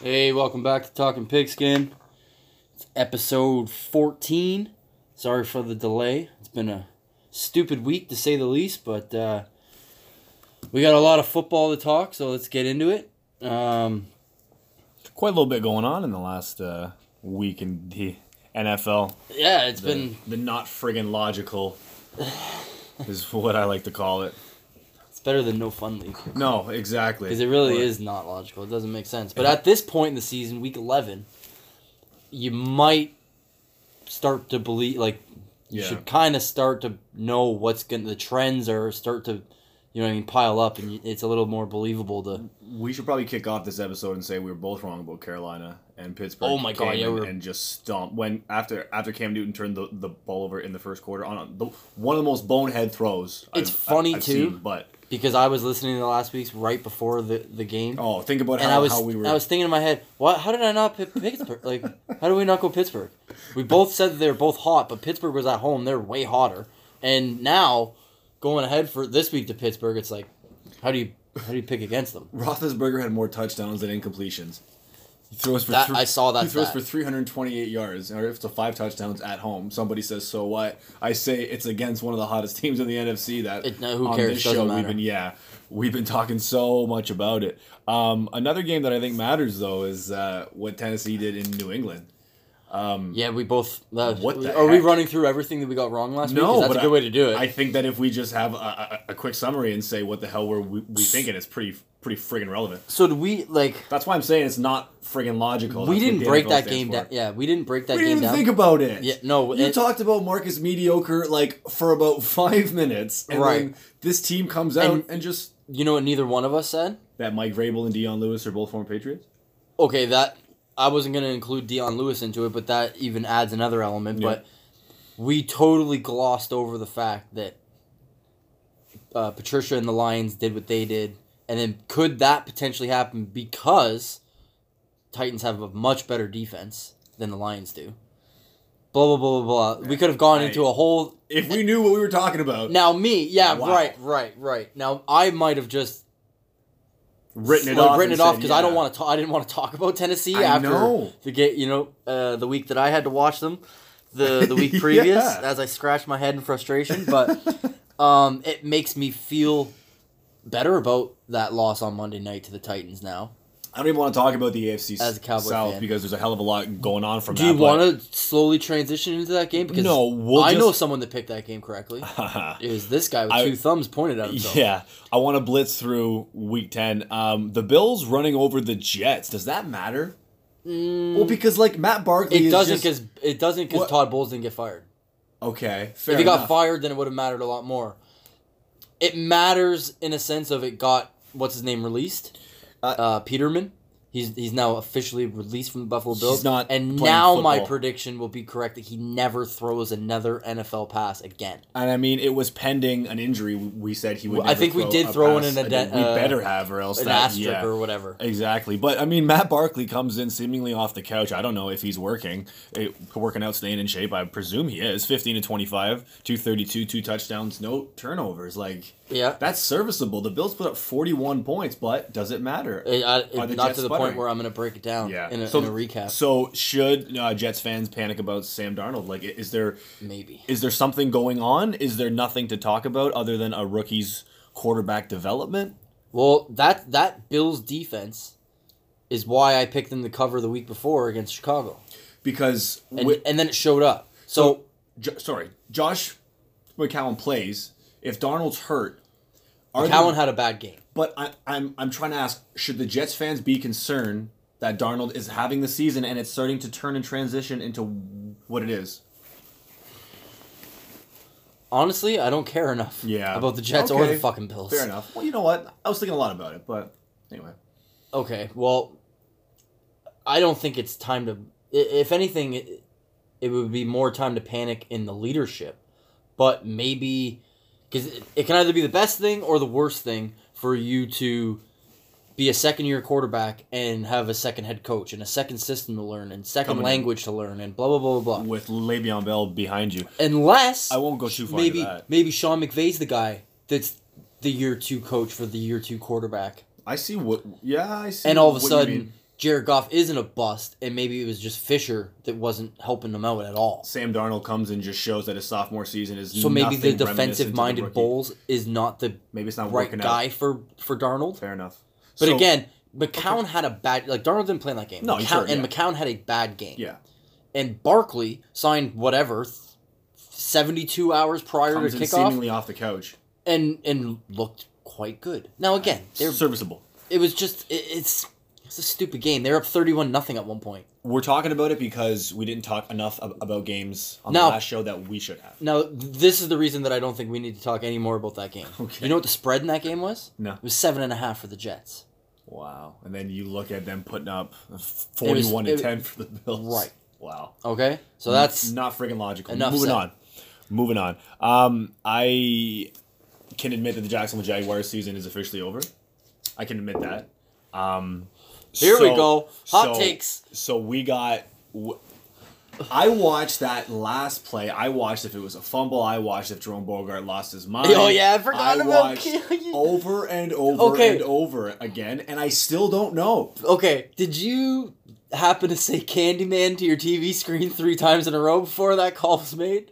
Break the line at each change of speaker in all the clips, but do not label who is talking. Hey, welcome back to Talking Pigskin. It's episode 14. Sorry for the delay. It's been a stupid week to say the least, but uh, we got a lot of football to talk, so let's get into it. Um,
quite a little bit going on in the last uh, week in the NFL.
yeah, it's
The,
been
the not friggin' logical is what I like to call it.
it's better than no fun league
No, exactly.
because it really
But-
is not logical. It doesn't make sense. But at this point in the season, week 11, you might start to believe like you
Yeah.
should kind of start to know what's going to the trends are start to you know what I mean pile up and you- it's a little more believable to
We should probably kick off this episode and say we were both wrong about Carolina and Pittsburgh.
Oh my God,
came
yeah,
in
we
and,
were-
just stomped when after after Cam Newton turned the, the ball over in the first quarter on a- the, one of the most bonehead throws.
It's funny, too.
seen, but
because I was listening to last week's right before the the game
oh, think about
and
how,
I was
how we were.
I was thinking in my head what how did I not pick Pittsburgh like how did we not go Pittsburgh we both said that they were both hot but Pittsburgh was at home they're way hotter and now going ahead for this week to Pittsburgh it's like how do you how do you pick against them
Roethlisberger had more touchdowns than incompletions. He throws for
That-
thr-
I saw that
He throws
stat.
for 328 yards, or if it's a five touchdowns at home, somebody says, "So what?" I say it's against one of the hottest teams in the NFC. That
It- no, who
on
cares?
This
Doesn't
show,
matter.
we've been yeah, we've been talking so much about it. Um, another game that I think matters though is uh, what Tennessee did in New England.
yeah we both that,
Mm. What the
are we
heck?
running through everything that we got wrong last week
No,
'Cause that's
but
a good
I-
way to do it
I think that if we just have a, a, a quick summary and say what the hell were we, we thinking, it's pretty pretty friggin' relevant.
so do we like
That's why I'm saying it's not friggin' logical.
we
That's what
didn't
the
break
NFL
that
stands
game
for.
down yeah we didn't break that
We
game
didn't
down
think about it.
Yeah, no,
You
it-
talked about Marcus mediocre like for about five minutes, and
Right.
then this team comes out
And-
and, just
you know what neither one of us said
that Mike Vrabel and Dion Lewis are both former Patriots.
okay, that I wasn't gonna include Dion Lewis into it, but that even adds another element.
Yeah.
But we totally glossed over the fact that uh, Patricia and the Lions did what they did, and then could that potentially happen because Titans have a much better defense than the Lions do? Blah blah blah blah blah. We could have gone
I-
into a whole
If we knew what we were talking about,
now me yeah
Wow.
right right right now I might have just
written it
like,
off,
written it
and
off
said,
because I don't
yeah.
want to. I didn't want to talk about Tennessee
I
after
know.
the game. You know, uh, the week that I had to watch them, the the week previous,
Yeah.
as I scratched my head in frustration. But um, it makes me feel better about that loss on Monday night to the Titans. Now,
I don't even want to talk about the AFC
As a Cowboy
South
fan.
because there's a hell of a lot going on from
do
that.
you want to slowly transition into that game? Because
No, we'll
I know
just-
someone that picked that game correctly.
to?
It was this guy with
I-
two thumbs pointed at himself.
Yeah, I want to blitz through week 10. Um, the Bills running over the Jets. Does that matter? Well, because like Matt Barkley
Mm. It
is
doesn't
just-
because it doesn't because
What-
Todd Bowles didn't get fired.
okay, fair
if he got
enough.
fired, then it would have mattered a lot more. It matters in a sense of it got what's his name released,
Uh,
uh, Peterman. He's he's now officially released from the Buffalo
He's
Bills.
not
and
playing
now my
football.
prediction will be correct that he never throws another NFL pass again.
And I mean, it was pending an injury. We- We said he would.
Well, I
never
think we
throw
did
a
throw in
pass
an
again.
aden-
We
uh,
better have, or else
An
that
asterisk
yeah.
or whatever.
Exactly, but I mean, Matt Barkley comes in seemingly off the couch. I don't know if he's working, eh, working out, staying in shape. I presume he is. Fifteen to twenty-five, two thirty-two, two touchdowns, no turnovers. Like
Yeah.
that's serviceable. The Bills put up forty-one points, but does it matter?
It- I-
Are the
not
Jets
to the
sputtering?
point where I'm going to break it down
yeah.
in, a,
so,
in a recap.
So should uh, Jets fans panic about Sam Darnold? Like, i- is there
maybe.
is there something going on? Is there nothing to talk about other than a rookie's quarterback development?
Well, that that Bills defense is why I picked them to cover the week before against Chicago,
Because
and
wi-
and then it showed up. so
Jo- sorry, Josh McCown plays. If Darnold's hurt, are they-
Cowan had a bad game.
but I, I'm I'm trying to ask: Should the Jets fans be concerned that Darnold is having the season and it's starting to turn and transition into what it is?
Honestly, I don't care enough
Yeah.
about the Jets or
Okay.
the fucking Bills.
Fair enough. Well, you know what? I was thinking a lot about it, but anyway.
Okay, well, I don't think it's time to. i- If anything, it, it would be more time to panic in the leadership. But maybe. Because it, it can either be the best thing or the worst thing for you to be a second year quarterback and have a second head coach and a second system to learn and second
Coming in.
language to learn and blah, blah, blah, blah, blah.
With Le'Veon Bell behind you,
Unless.
I won't go too far.
maybe
into that.
maybe Sean McVay's the guy that's the year two coach for the year two quarterback,
I see what. Yeah, I see.
and all of a
what you mean.
sudden Jared Goff isn't a bust, and maybe it was just Fisher that wasn't helping them out at all.
Sam Darnold comes and just shows that his sophomore season is
So maybe
nothing
the
reminiscent
defensive
of
minded
the rookie.
Bowles is not the
Maybe it's not
right
working
guy
out.
for for Darnold.
Fair enough.
But
So-
again, McCown had a bad like Darnold didn't play in that game.
No,
McCown,
sure,
and
yeah.
McCown had a bad game.
yeah,
And Barkley signed whatever seventy two hours prior
comes
to
in
kickoff
seemingly off the couch,
and and looked quite good. Now again, they're,
serviceable.
it was just it, it's it's a stupid game. They're up thirty one nothing at one point.
We're talking about it because we didn't talk enough ab- about games on the
No.
last show that we should have.
Now this is the reason that I don't think we need to talk any more about that game.
Okay.
You know what the spread in that game was?
No.
It was seven and a half for the Jets.
Wow. And then you look at them putting up
was-
41
it-
to 10 for the Bills.
Right.
Wow.
Okay, so that's
not friggin' logical.
enough
Moving
said.
on. Moving on. Um, I can admit that the Jacksonville Jaguars season is officially over. I can admit that. Um,
Here we
so-
go. Hot
so-
takes.
So we got. w- I watched that last play. I watched if it was a fumble. I watched if Jerome Bogart lost his mind.
Oh, yeah, I forgot about Keely.
over and over
Okay.
and over again, and I still don't know.
Okay, did you happen to say Candyman to your TV screen three times in a row before that call was made?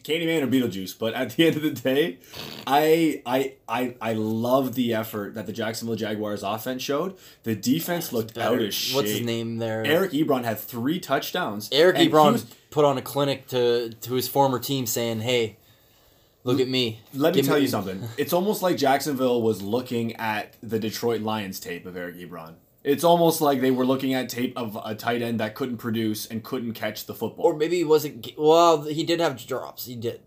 Candyman or Beetlejuice, but at the end of the day, I I I I love the effort that the Jacksonville Jaguars offense showed. The defense looked out of shape.
What's his name there?
Eric Ebron had three touchdowns.
Eric
and he
Ebron
was-
put on a clinic to to his former team, saying, "Hey, look at me."
let me
Give
tell you something. It's almost like Jacksonville was looking at the Detroit Lions tape of Eric Ebron. It's almost like they were looking at tape of a tight end that couldn't produce and couldn't catch the football.
Or maybe he wasn't. ge- Well, he did have drops. He did.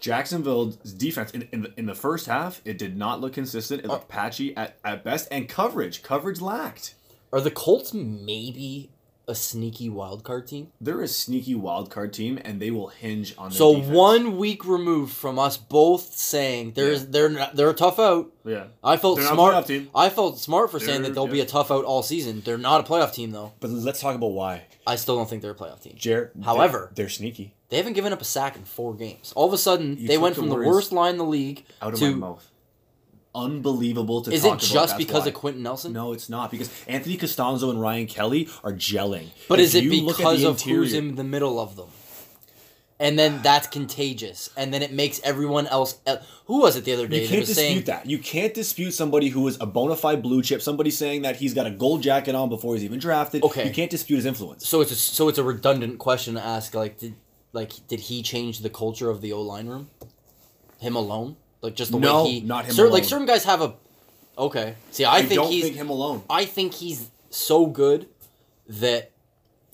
Jacksonville's defense in, in, the, in the first half, it did not look consistent. It looked patchy at, at best, and coverage coverage lacked.
Are the Colts maybe a sneaky wild card team?
They're a sneaky wild card team, and they will hinge on. Their
So
defense.
one week removed from us both saying there's they're not, they're a tough out.
yeah.
I felt
They're not a
smart.
playoff team.
I felt smart for saying that
They're-
they'll be
yeah.
a tough out all season. They're not a playoff team though.
But let's talk about why,
I still don't think they're a playoff team.
Jared.
However-
they're, they're sneaky.
They haven't given up a sack in four games. All of a sudden,
You
they
took
went
the
from the
words
worst line in the league
Out of
to.
my mouth, unbelievable to.
Is
talk
it
about.
just
That's
because
why.
of Quentin Nelson?
No, it's not because Anthony Costanzo and Ryan Kelly are gelling.
But
If
is it
you look at
because
the
of who's
interior-
in the middle of them? And then that's contagious, and then it makes everyone else. el- Who was it the other day
You
that
can't
was
dispute
saying
that. You can't dispute somebody who is a bona fide blue chip. Somebody saying that he's got a gold jacket on before he's even drafted.
Okay.
You can't dispute his influence.
So it's a, so it's a redundant question to ask. Like, did like did he change the culture of the O line room? Him alone, like just the
No,
way he
not him
cer- Like
alone.
certain guys have a. Okay, see, I, think
don't
he's.
think him alone.
I think he's so good that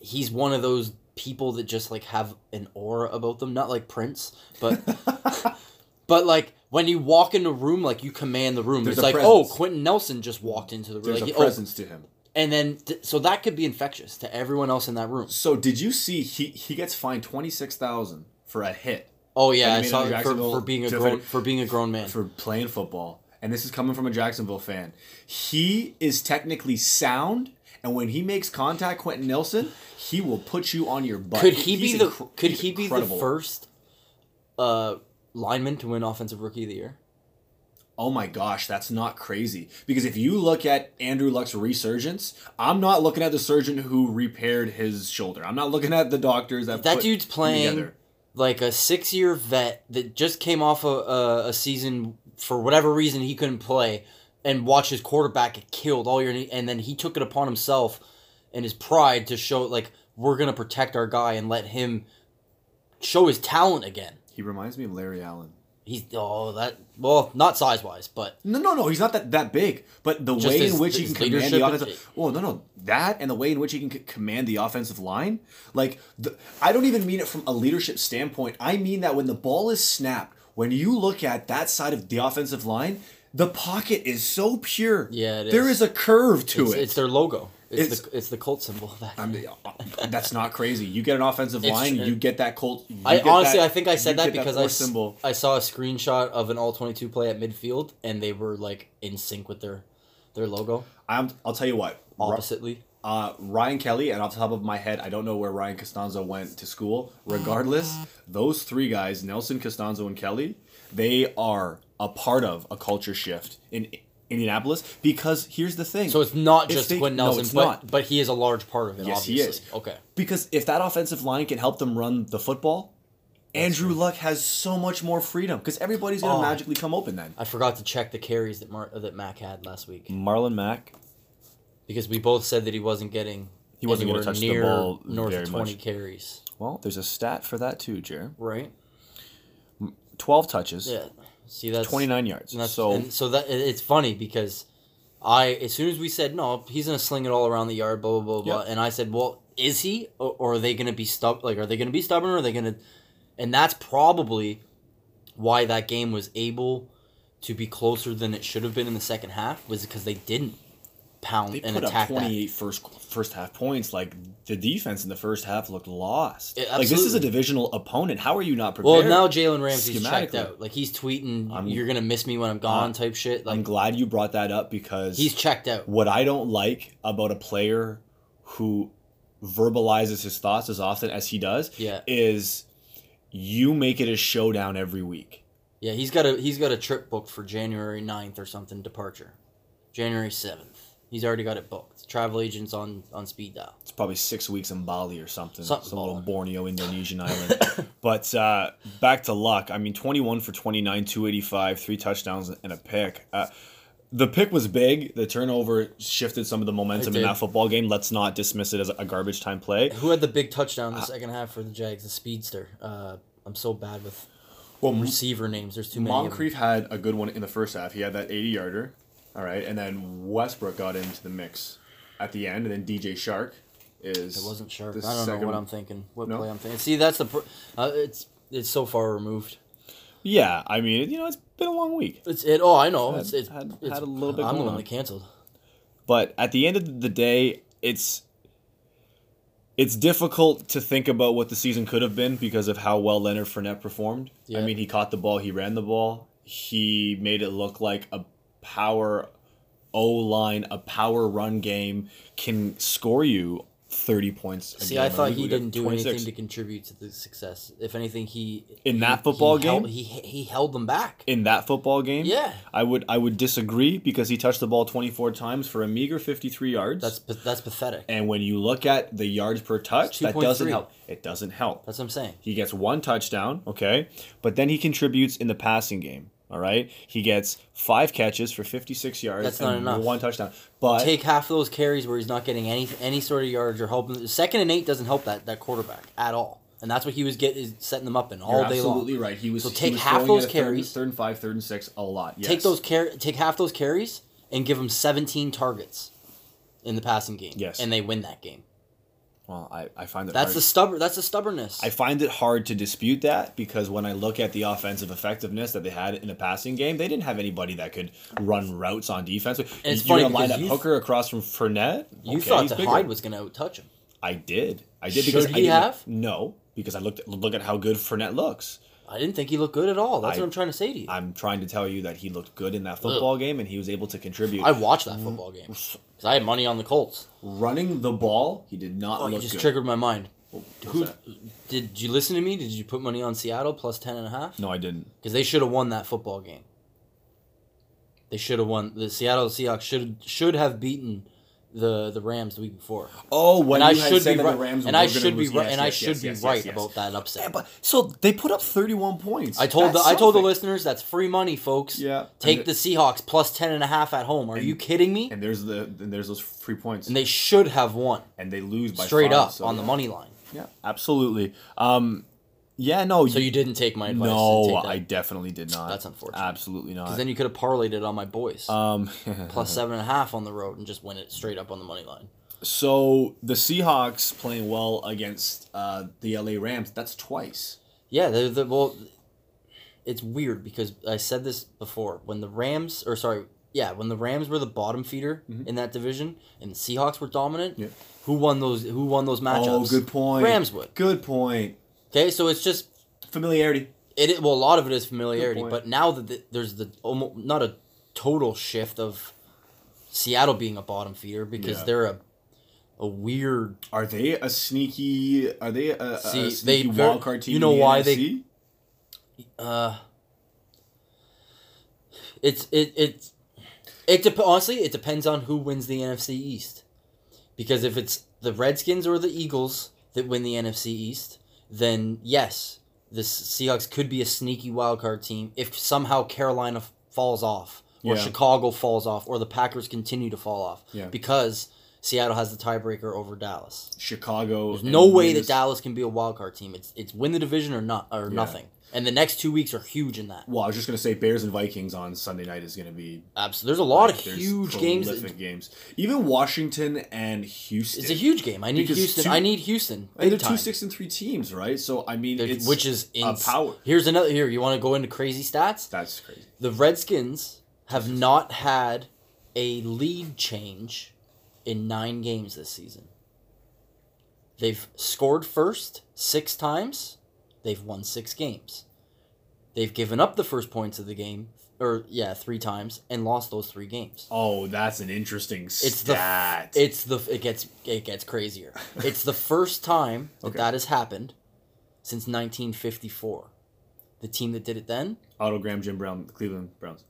he's one of those people that just like have an aura about them. Not like Prince, but but like. When you walk in a room, like you command the room.
There's
it's
a
like, oh,
presence.
Quentin Nelson just walked into the room.
There's
Like,
a
oh,
presence to him.
and then, th- so that could be infectious to everyone else in that room.
So did you see he he gets fined twenty six thousand for a hit
Oh yeah,
Like,
I
you mean
saw
on
it for,
Jacksonville
for being a
to
grown
fin-
for being a grown man.
for playing football, and this is coming from a Jacksonville fan. He is technically sound, and when he makes contact, Quentin Nelson, he will put you on your butt.
could he
He's
be the
incre-
could
he's
he be the
incredible.
first uh lineman to win offensive rookie of the year?
Oh my gosh, that's not crazy. Because if you look at Andrew Luck's resurgence, I'm not looking at the surgeon who repaired his shoulder. I'm not looking at the doctors that
That
put
dude's
him
playing
together.
like a six year vet that just came off a, a a season for whatever reason he couldn't play, and watched his quarterback get killed all year, and then he took it upon himself and his pride to show like we're gonna protect our guy and let him show his talent again.
He reminds me of Larry Allen.
He's oh that well not size wise, but
No, no, no. He's not that, that big. But the
Just
way
his-
in which he
his
can command the
leadership is-
offensive. Well, no, no. That and the way in which he can c- command the offensive line. Like, the, I don't even mean it from a leadership standpoint. I mean that when the ball is snapped, when you look at that side of the offensive line, the pocket is so pure.
Yeah, it
There
is.
is a curve to
it's,
it.
it's their logo. It's,
It's-
the it's the cult symbol. That
I mean, uh, that's not crazy. You get an offensive
It's
line,
true.
you get that Colt. you
I
get
honestly,
that-
I think I said
you
that
get
because I,
force
s-
symbol.
I saw a screenshot of an all twenty two play at midfield, and they were like in sync with their their logo
I'm, I'll tell you what. Ru-
oppositely.
Uh, Ryan Kelly, and off the top of my head, I don't know where Ryan Costanzo went to school. Regardless, those three guys, Nelson, Costanzo, and Kelly, they are a part of a culture shift in
Indianapolis because here's the thing.
So it's not
It's
just
fake-
Quinn
no,
Nelson,
it's
but
not.
but he is a large part of it.
Yes, he
obviously.
is.
Okay.
because if that offensive line can help them run the football, Andrew Luck has so much more freedom because everybody's gonna
Oh.
magically come open then.
I forgot to check the carries that Mar- that Mac had last week
Marlon Mack.
because we both said that he wasn't getting
He wasn't gonna
anywhere
touch the
near
ball
north
very
of twenty
much.
carries.
Well, there's a stat for that too, Jer.
Right.
12 touches,
Yeah. See that's
29 yards.
And that's,
so
and so that it- it's funny because I as soon as we said no, he's gonna sling it all around the yard, blah blah blah, blah.
Yep.
and I said, well, is he, or, or are they gonna be stub like are they gonna be stubborn? Or are they gonna, and that's probably why that game was able to be closer than it should have been in the second half was because they didn't pound
They
and
put up
attack that.
28 first first half points. Like the defense in the first half looked lost.
Yeah,
like this is a
absolutely.
divisional opponent. How are you not prepared?
Well, now Jalen Ramsey's checked
Schematically.
out. Like he's tweeting,
I'm-
"You're gonna miss me when I'm gone,"
Uh,
type shit.
I'm
Like
glad you brought that up because
he's checked out.
what I don't like about a player who verbalizes his thoughts as often as he does
Yeah,
is you make it a showdown every week.
Yeah, he's got a he's got a trip booked for January 9th or something departure. January 7th. He's already got it booked. Travel agents on on speed dial.
It's probably six weeks in Bali or something,
Something
some little
baller.
Borneo Indonesian island. But uh, back to luck. I mean, twenty-one for twenty-nine, two eighty-five, three touchdowns and a pick. Uh, the pick was big. The turnover shifted some of the momentum in
did.
that football game. Let's not dismiss it as a garbage time play.
Who had the big touchdown in
Ah.
the second half for the Jags? The speedster. Uh, I'm so bad with
Well,
receiver names. There's too many. of them.
Moncrief had a good one in the first half. He had that 80 yarder. All right. And then Westbrook got into the mix at the end. And then DJ Shark is.
It wasn't sharp.
the
I don't know
second-
what I'm thinking. What
No?
play I'm thinking. See, that's the pr- uh, it's it's so far removed.
yeah, I mean, you know, it's been a long week.
It's it. Oh, I know.
Had-
It's it's,
had-
it's
had a little bit
I'm the
going
one
on.
that canceled.
But at the end of the day, it's it's difficult to think about what the season could have been because of how well Leonard Fournette performed. I
Yeah.
mean, he caught the ball, he ran the ball, he made it look like a power O line, a power run game can score you thirty points. a
See,
game.
I
And
thought
we-
he
we got
didn't do
26.
anything to contribute to the success. If anything, he
In
he-
that football
he held-
game?
he he held them back.
in that football game.
Yeah.
I would I would disagree because he touched the ball 24 times for a meager 53 yards.
That's pa- that's pathetic.
and when you look at the yards per touch, that
2.3.
doesn't help. It doesn't help.
That's what I'm saying.
He gets one touchdown, okay? But then he contributes in the passing game, all right? He gets 5 catches for 56 yards
That's not
and
enough.
one touchdown. But
Take half those carries where he's not getting any any sort of yards or helping. Second and eight doesn't help that that quarterback at all, and that's what he was get is setting them up in all
You're
day long.
absolutely right. He was
So
he
take
was
half
throwing
those
at a third-
carries.
Third, and five, third and six, a lot. Yes.
Take those car- take half those carries and give him 17 targets in the passing game.
Yes.
and they win that game.
well, I, I find that
That's
hard.
the stubborn. That's the stubbornness.
I find it hard to dispute that because when I look at the offensive effectiveness that they had in the passing game, they didn't have anybody that could run routes on defense.
it's
You're
funny
gonna line
because
up
you-
Hooker across from Fournette.
you
Okay,
thought
he's
that
bigger.
Hyde was going to outtouch him.
I did. I did
Should
because I
he
didn't-
have?
No, because I looked at, look at how good Fournette looks.
I didn't think he looked good at all. That's
I-
what I'm trying to say to you. I,
I'm trying to tell you that he looked good in that football game and he was able to contribute.
watched that football game
Mm.
because I had money on the Colts.
Running the ball, he did not
Oh, you
look
just
good.
triggered my mind.
What's
Who
that?
did, you listen to me? Did you put money on Seattle plus ten and a half?
no, I didn't.
because they should have won that football game. They should have won. The Seattle Seahawks should should have beaten the the Rams the week before.
Oh, when
and I
you had
should
said
be
that
right.
the Rams
and
were
I
gonna
should be
lose-
right.
yes,
And I
yes,
should
yes,
be
yes,
right
yes, yes.
about that upset.
Yeah, but so they put up 31 points.
I told the,
That's
I told the
something.
listeners that's free money, folks.
Yeah.
Take
And
the Seahawks plus ten and a half at home. Are you kidding me? And,
And there's the and there's those free points, and
they should have won
they, lose by
straight
five,
up
so
on the
yeah.
money line.
Yeah, absolutely. Um, yeah, no.
So you didn't take my advice. to
no,
take that.
I definitely did not.
That's unfortunate.
Absolutely not.
'Cause then you could have parlayed it on my boys
Um,
Plus
Mm-hmm.
seven and a half on the road and just win it straight up on the money line.
so the Seahawks
playing well against uh, the LA Rams. That's twice.
Yeah, the, the well, it's weird because I said this before when the Rams or sorry, yeah, when the Rams were the bottom feeder in that division and the Seahawks were dominant.
Mm-hmm. Yeah.
Who won those? Who won those matchups?
Oh, good point.
Rams would.
Good point.
Okay, so it's just
Familiarity.
it. it- Well, a lot of it is familiarity,
Good point.
but now that the, there's the almost not a total shift of Seattle being a bottom feeder because
Yeah.
they're a a weird
Are they a sneaky? Are they a, a
See,
sneaky
they ver-
wild card team?
you know
in the
why they-
NFC?
uh. It's it it's It dep honestly, it depends on who wins the NFC East. Because if it's the Redskins or the Eagles that win the NFC East, then yes, the Seahawks could be a sneaky wild card team if somehow Carolina f- falls off or
Yeah.
Chicago falls off or the Packers continue to fall off
Yeah.
because Seattle has the tiebreaker over Dallas.
Chicago.
There's no way that
wins-
Dallas can be a wild card team. It's it's win the division or not or nothing. And the next 2 weeks are huge in that.
Well, I was just gonna say Bears and Vikings on Sunday night is gonna be
Absolutely. There's a lot of
like, there's
huge games that-
prolific games. Even Washington and Houston.
It's a huge game. I need
Because
Houston.
two-
I need Houston.
And they're
big time.
two six and three teams, right? So I mean,
They're-
it's
which is
a
ins-
power.
Here's another. Here you want to go into crazy stats?
That's crazy.
The Redskins have not had a lead change in nine games this season. They've scored first six times. They've won six games. They've given up the first points of the game, or yeah, three times, and lost those three games.
Oh, that's an interesting
It's the
stat.
It's the it gets it gets crazier. It's the first time that
Okay.
that has happened since 1954. The team that did it then,
Otto Graham, Jim Brown, Cleveland Browns.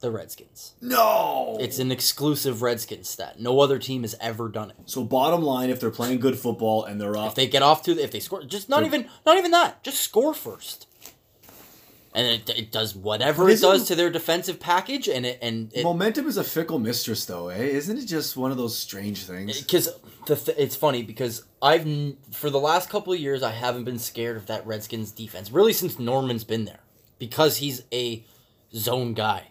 the Redskins.
No,
It's an exclusive Redskins stat. No other team has ever done it.
so bottom line. If they're playing good football and they're
If
off,
they get off to the, if they score, just not even not even that. Just score first. And it, it does whatever it
Isn't-
does to their defensive package, and it and it,
momentum is a fickle mistress, though, eh? Isn't it just one of those strange things?
because the th- it's funny because I've n- for the last couple of years I haven't been scared of that Redskins defense really since Norman's been there because he's a zone guy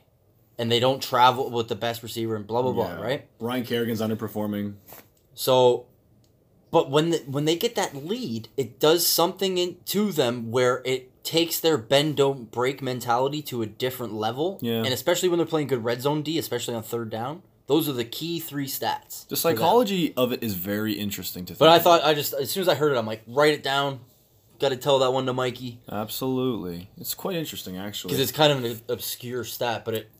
and they don't travel with the best receiver and blah blah
Yeah.
blah right
Brian Kerrigan's underperforming.
so but when the, when they get that lead it does something in, to them where it takes their bend don't break mentality to a different level
Yeah.
and especially when they're playing good red zone D especially on third down those are the key three stats
The
for them.
psychology of it is very interesting to think.
But I thought I just as soon as I heard it, I'm like, write it down. Got to tell that one to Mikey
absolutely, it's quite interesting actually.
because it's kind of an obscure stat, but it.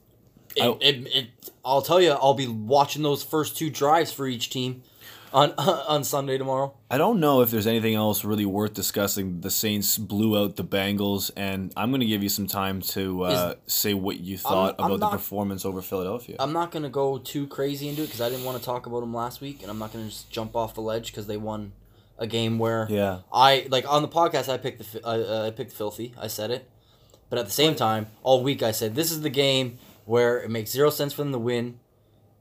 It,
I-
it, it, I'll tell you, I'll be watching those first two drives for each team on on Sunday tomorrow.
I don't know if there's anything else really worth discussing. The Saints blew out the Bengals, and I'm going to give you some time to uh, say what you thought
I'm
about
not-
the performance over Philadelphia.
I'm not gonna go too crazy into it because I didn't want to talk about them last week, and I'm not gonna just jump off the ledge because they won a game where
yeah,
I like on the podcast I picked the fi- I, uh, I picked filthy. I said it, but at the same time, all week I said this is the game where it makes zero sense for them to win.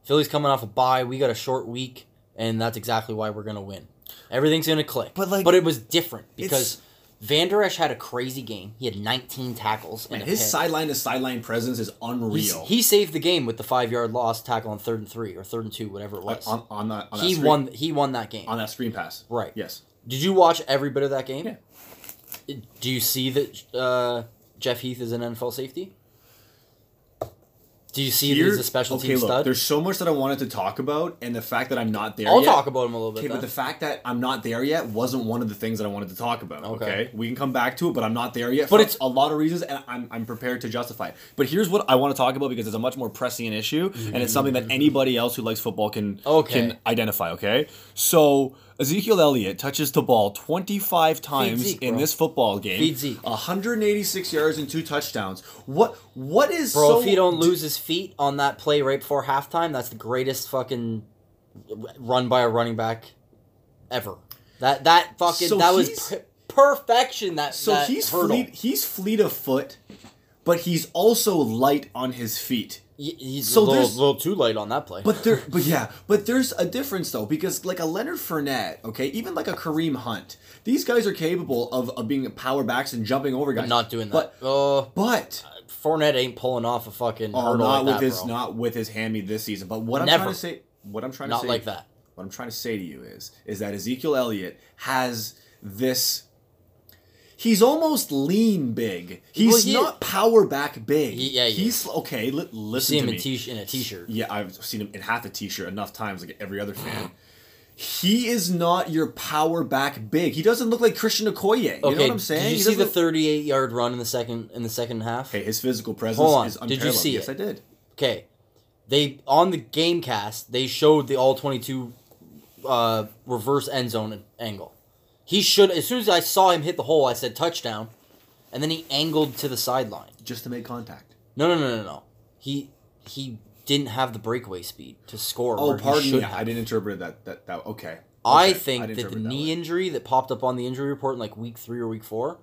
Philly's coming off a bye. We got a short week, and that's exactly why we're gonna win. Everything's gonna click.
But, like,
but it was different
it's-
because Van Der Esch had a crazy game. He had 19 tackles. and a
His
pick.
sideline to sideline presence is
He's-
unreal.
He saved the game with the five yard loss tackle on third and three or third and two, whatever it was.
on, on that, on that
he
screen,
won. He won that game.
on that screen pass.
Right.
Yes.
Did you watch every bit of that game?
Yeah.
It- Do you see that uh, Jeff Heath is an NFL safety? Do you see that he's
Here-
a special
okay,
team
look,
stud?
There's so much that I wanted to talk about, and the fact that I'm not there.
I'll
yet-
talk about him a little bit.
Okay, but the
then.
fact that I'm not there yet wasn't one of the things that I wanted to talk about. Okay,
Okay.
we can come back to it, but I'm not there yet.
But
for
it's-
a lot of reasons, and I'm, I'm prepared to justify it.
but here's what I want to talk about because it's a much more pressing issue, and it's something that anybody else who likes football can
Mm-hmm. Okay.
can identify. Okay, so Ezekiel Elliott touches the ball 25 times
Zeke,
in
bro.
this football game.
Feed Zeke.
186 yards and two touchdowns. What what is
Bro,
so
if he don't lose his feet on that play right before halftime, that's the greatest fucking run by a running back ever. That that fucking
So
that was
he's-
per- perfection. That
So
that
he's
hurdle.
fleet he's fleet of foot, but he's also light on his feet.
He- he's
so
a little,
there's-
little too late on that play.
But there, but yeah, but there's a difference though because like a Leonard Fournette, okay, even like a Kareem Hunt, these guys are capable of, of being power backs and jumping over guys.
not doing that.
But
Oh,
but
Fournette ain't pulling off a fucking
Oh,
hurdle
not
like
with
that,
his
bro.
not with his hand me this season. But what I'm
Never.
trying to say, what I'm trying
Not
to say,
like that.
What I'm trying to say to you is, is that Ezekiel Elliott has this. He's almost lean big. He's
Well, he-
not power back big.
He- yeah, he
he's okay. Li- listen
See him
to
in,
me.
t- in a t-shirt.
yeah, I've seen him in half a t-shirt enough times, like every other fan. He is not your power back big. He doesn't look like Christian Okoye. You know what I'm saying?
Did you
He
see the
doesn't-
38 yard run in the second in the second half?
Hey, his physical presence
Hold on.
is unparalleled.
Did you see
yes,
it?
I did.
Okay, they on the GameCast they showed the all 22 uh, reverse end zone angle. He should as soon as I saw him hit the hole, I said touchdown, and then he angled to the sideline.
Just to make contact.
No, no, no, no, no. He he didn't have the breakaway speed to score.
Oh,
where he
pardon me.
should have.
I didn't interpret it that that that okay.
I
Okay,
think
didn't
that the
interpret it
knee
way.
injury that popped up on the injury report in like week three or week four,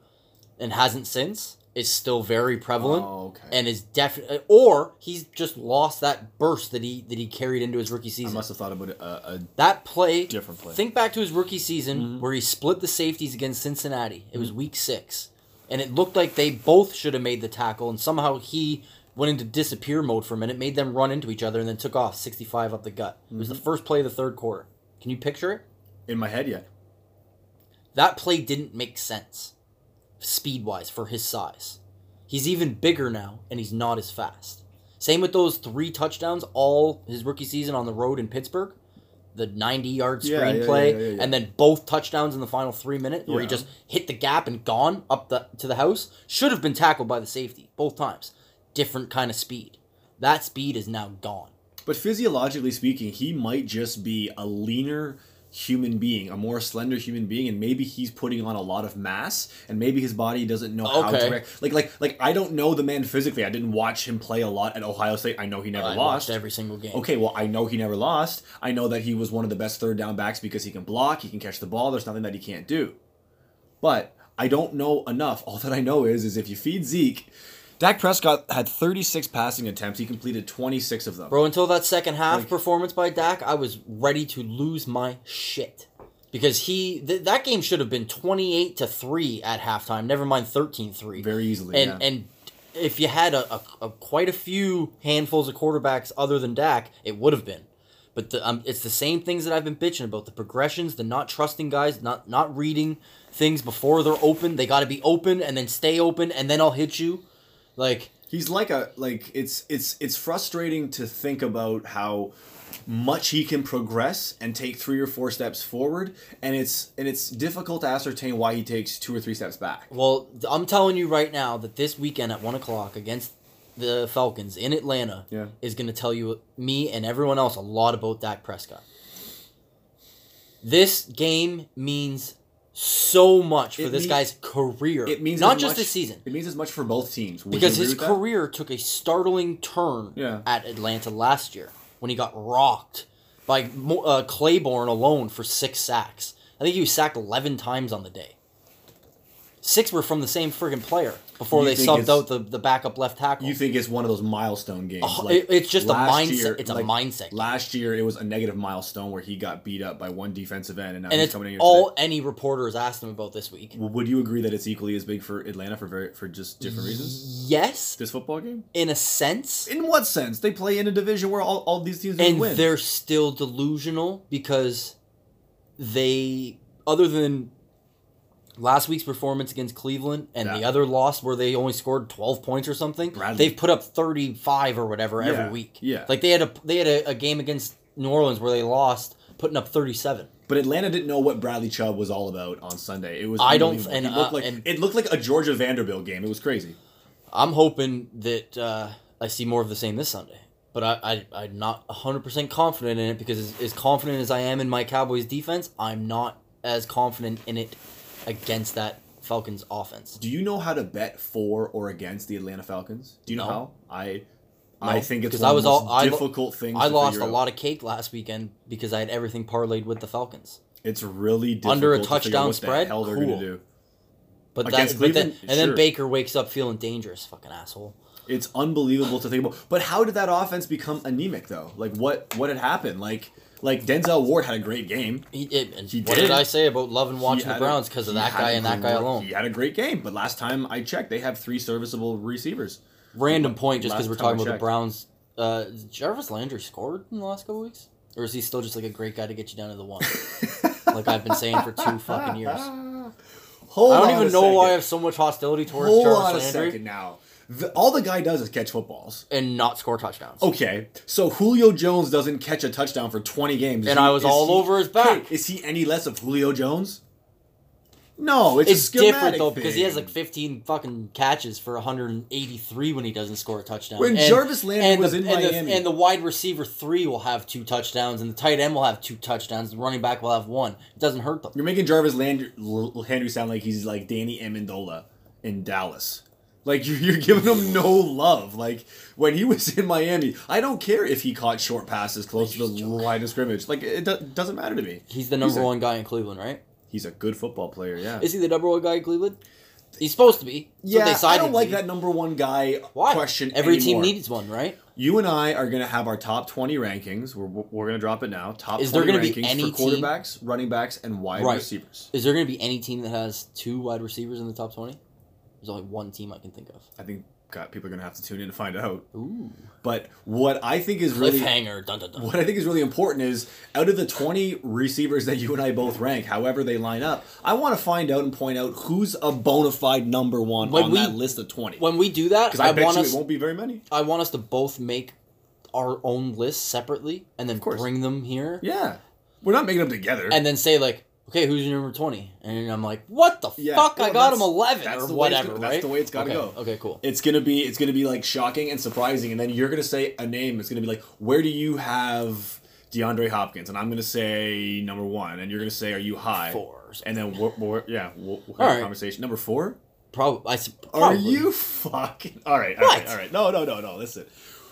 and hasn't since, is still very prevalent.
Oh, okay.
And is definitely, or he's just lost that burst that he that he carried into his rookie
I
season.
must have thought about it. Uh, a
That play,
Different play. Mm-hmm.
Think back to his rookie season where he split the safeties against Cincinnati. It was week six, and it looked like they both should have made the tackle, and somehow he went into disappear mode for a minute, made them run into each other, and then took off sixty-five up the gut. It was the
Mm-hmm.
first play of the third quarter. Can you picture it?
in my head yet.
That play didn't make sense, speed-wise, for his size. He's even bigger now, and he's not as fast. Same with those three touchdowns all his rookie season on the road in Pittsburgh. The 90 yard
Yeah,
screen
yeah,
play,
yeah, yeah, yeah.
and then both touchdowns in the final three minutes where he
Yeah.
just hit the gap and gone up the to the house. Should have been tackled by the safety both times. Different kind of speed. That speed is now gone.
But physiologically speaking, he might just be a leaner human being, a more slender human being, and maybe he's putting on a lot of mass, and maybe his body doesn't know how
Okay.
to react. Like, like, like I don't know the man physically. I didn't watch him play a lot at Ohio State. I know he never
I watched
lost.
every single game.
Okay, well, I know he never lost. I know that he was one of the best third down backs because he can block, he can catch the ball. There's nothing that he can't do. But I don't know enough. All that I know is, is if you feed Zeke, Dak Prescott had 36 passing attempts. He completed 26 of them.
Bro, until that second half
Like-
performance by Dak, I was ready to lose my shit. Because he th- that game should have been 28 to 3 at halftime, never mind 13-3.
Very easily.
and
yeah.
and if you had a, a, a quite a few handfuls of quarterbacks other than Dak, it would have been. But the, um, it's the same things that I've been bitching about: the progressions, the not trusting guys, not not reading things before they're open. They got to be open and then stay open, and then I'll hit you. Like
he's like a like it's it's it's frustrating to think about how much he can progress and take three or four steps forward and it's and it's difficult to ascertain why he takes two or three steps back
Well, th- I'm telling you right now that this weekend at one o'clock against the Falcons in Atlanta
Yeah.
is going to tell you me and everyone else a lot about Dak Prescott. This game means so much for
It
this
mean-
guy's career.
it means
not
as
just
much-
this season
it means as much for both teams Would you
because
agree
his
with that?
career took a startling turn
Yeah.
at Atlanta last year when he got rocked by Mo- uh, Claiborne alone for six sacks. I think he was sacked 11 times on the day. Six were from the same friggin' player before
You
they
think
subbed
it's-
out the, the backup left tackle.
you think it's one of those milestone games
Oh, it- it's just a
last
mindset- it's a mindset game.
last year it was a negative milestone where he got beat up by one defensive end and now
and
he's
it's
coming in here
all
today.
any reporter has asked him about this week.
would you agree that it's equally as big for atlanta for very for just different reasons
Yes,
this football game
in a sense.
In what sense? They play in a division where all, all these teams
and
win.
they're still delusional because they other than last week's performance against Cleveland and the
Yeah.
other loss where they only scored 12 points or something
Bradley.
they've put up 35 or whatever
Yeah,
every week
yeah.
like they had a they had a, a game against New Orleans where they lost putting up 37
but Atlanta didn't know what Bradley Chubb was all about on Sunday. It was
I don't-
unbelievable.
and,
He looked
uh,
like-
and-
it looked like a Georgia Vanderbilt game. It was crazy.
I'm hoping that uh, I see more of the same this Sunday. But I, I, I'm not 100% confident in it because as, as confident as I am in my Cowboys defense, I'm not as confident in it against that Falcons offense.
Do you know how to bet for or against the Atlanta Falcons? Do you know
No.
how? I I
No,
think it's
'cause
one
I
of
was
the most
all- I lo-
difficult things.
I
to
lost
figure
a
out.
lot of cake last weekend because I had everything parlayed with the Falcons.
It's really difficult
Under a
to figure out
touchdown
what the
spread?
hell they're
Cool.
gonna do.
But that,
Against
but then,
Cleveland?
and then
Sure.
Baker wakes up feeling dangerous, fucking asshole.
It's unbelievable to think about. But how did that offense become anemic though? Like what what had happened? Like like Denzel Ward had a great game.
He, it, and
He
what
did.
did I say about loving watching
He
the
had a-
Browns because of
he
that
had
guy
a
and that guy
great-
alone?
He had a great game, but last time I checked, they have three serviceable receivers.
Random point, just
Last
because we're
time I
talking about the
checked.
Browns. Uh, Jarvis Landry scored in the last couple weeks, or is he still just like a great guy to get you down to the one, like I've been saying for two fucking years? I
Ah, Hold
don't
on
even
a
know why I
second.
have so much hostility towards
Hold on a
Jarvis
second
Landry
now. The- all the guy does is catch footballs.
and not score touchdowns.
Okay, so Julio Jones doesn't catch a touchdown for 20 games. Is
And I was
is
all over his back.
Hey, is he any less of Julio Jones? No, it's,
It's
a schematic
different though because he has
thing.
like 15 fucking catches for 183 when he doesn't score a touchdown.
When Jarvis Landry
and
was
the,
in
and the-
Miami.
and the wide receiver three will have two touchdowns, and the tight end will have two touchdowns, and the running back will have one. It doesn't hurt them.
You're making Jarvis Landry, Landry sound like he's like Danny Amendola in Dallas. Like you're, you're giving him no love. Like when he was in Miami, I don't care if he caught short passes close to the line of scrimmage. Like it do- doesn't matter to me.
He's the number
a-
one guy in Cleveland, right?
He's a good football player. Yeah.
Is he the number one guy in Cleveland? He's supposed to be. That's
yeah.
what they
I
signed him
don't
to
like
be.
that number one guy
Why?
question.
Every team
anymore.
needs one, right?
You and I are gonna have our top twenty rankings. We're, we're gonna drop it now. Top
Is there
20
gonna be
rankings
any
for
team-
quarterbacks, running backs, and wide
Right.
receivers.
Is there going to be any team that has two wide receivers in the top twenty? There's only one team I can think of.
I think God, people are gonna have to tune in to find out.
Ooh,
But what I think is really
cliffhanger! Dun dun dun.
what I think is really important is out of the 20 receivers that you and I both rank, however they line up, I want to find out and point out who's a bona fide number one
When
on
we-
that list of 20. Because
When we do that,
I,
I,
bet
want
you
us.
it won't be very many.
I want us to both make our own list separately and then
course.
bring them here
Yeah. We're not making them together.
and then say like, okay, who's your number twenty? And I'm like, what the
Yeah.
fuck? I got
No, that's-
him eleven
that's
or
the way it's
whatever.
gonna-
right?
that's the way it's gotta
Okay,
go.
Okay, cool.
it's gonna be it's gonna be like shocking and surprising, and then you're gonna say a name. It's gonna be like, where do you have DeAndre Hopkins? And I'm gonna say number one, and you're gonna say, are you high?
Four or something.
And then we're, we're yeah, we'll, we'll have
All
a
right.
conversation. Number four.
Prob- I s-
Are
probably.
you fucking all right? All
What?
right, all right. No, no, no, no. Listen,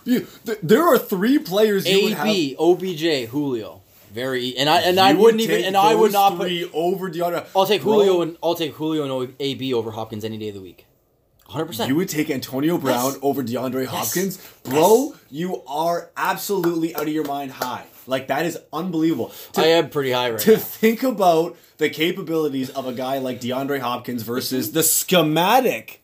you, th- there are three players you would
A
have.
B OBJ Julio? Very e, and I and
You
I wouldn't
take
even and I would
those
not put.
three over DeAndre.
I'll take
Bro,
Julio and I'll take Julio and O- AB over Hopkins any day of the week. 100.
You
percent
would take Antonio Brown
Yes.
over DeAndre Hopkins, bro. You are absolutely out of your mind high. Like that is unbelievable. To,
I am pretty high right
to
now.
think about the capabilities of a guy like DeAndre Hopkins versus the schematic,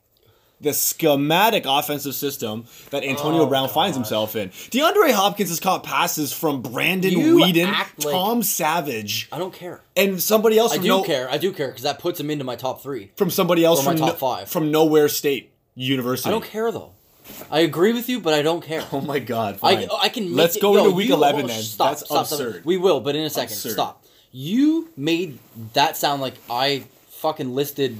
the schematic offensive system that Antonio
Oh,
Brown finds himself in. DeAndre Hopkins has caught passes from Brandon
You
Whedon,
act like-
Tom Savage,
I don't care.
and somebody else
I
from
do
no,
care. I do care because that puts him into my top three.
from somebody else
Or my
from
top
no-
five.
from nowhere state
I
university.
don't care though. I agree with you, but I don't care.
Oh my god!
I,
fine.
I can. Make
Let's
it-
go
yo,
into week
you-
eleven
oh,
then.
Stop,
That's
stop, stop.
absurd.
We will, but in a second.
Absurd.
Stop. You made that sound like I fucking listed.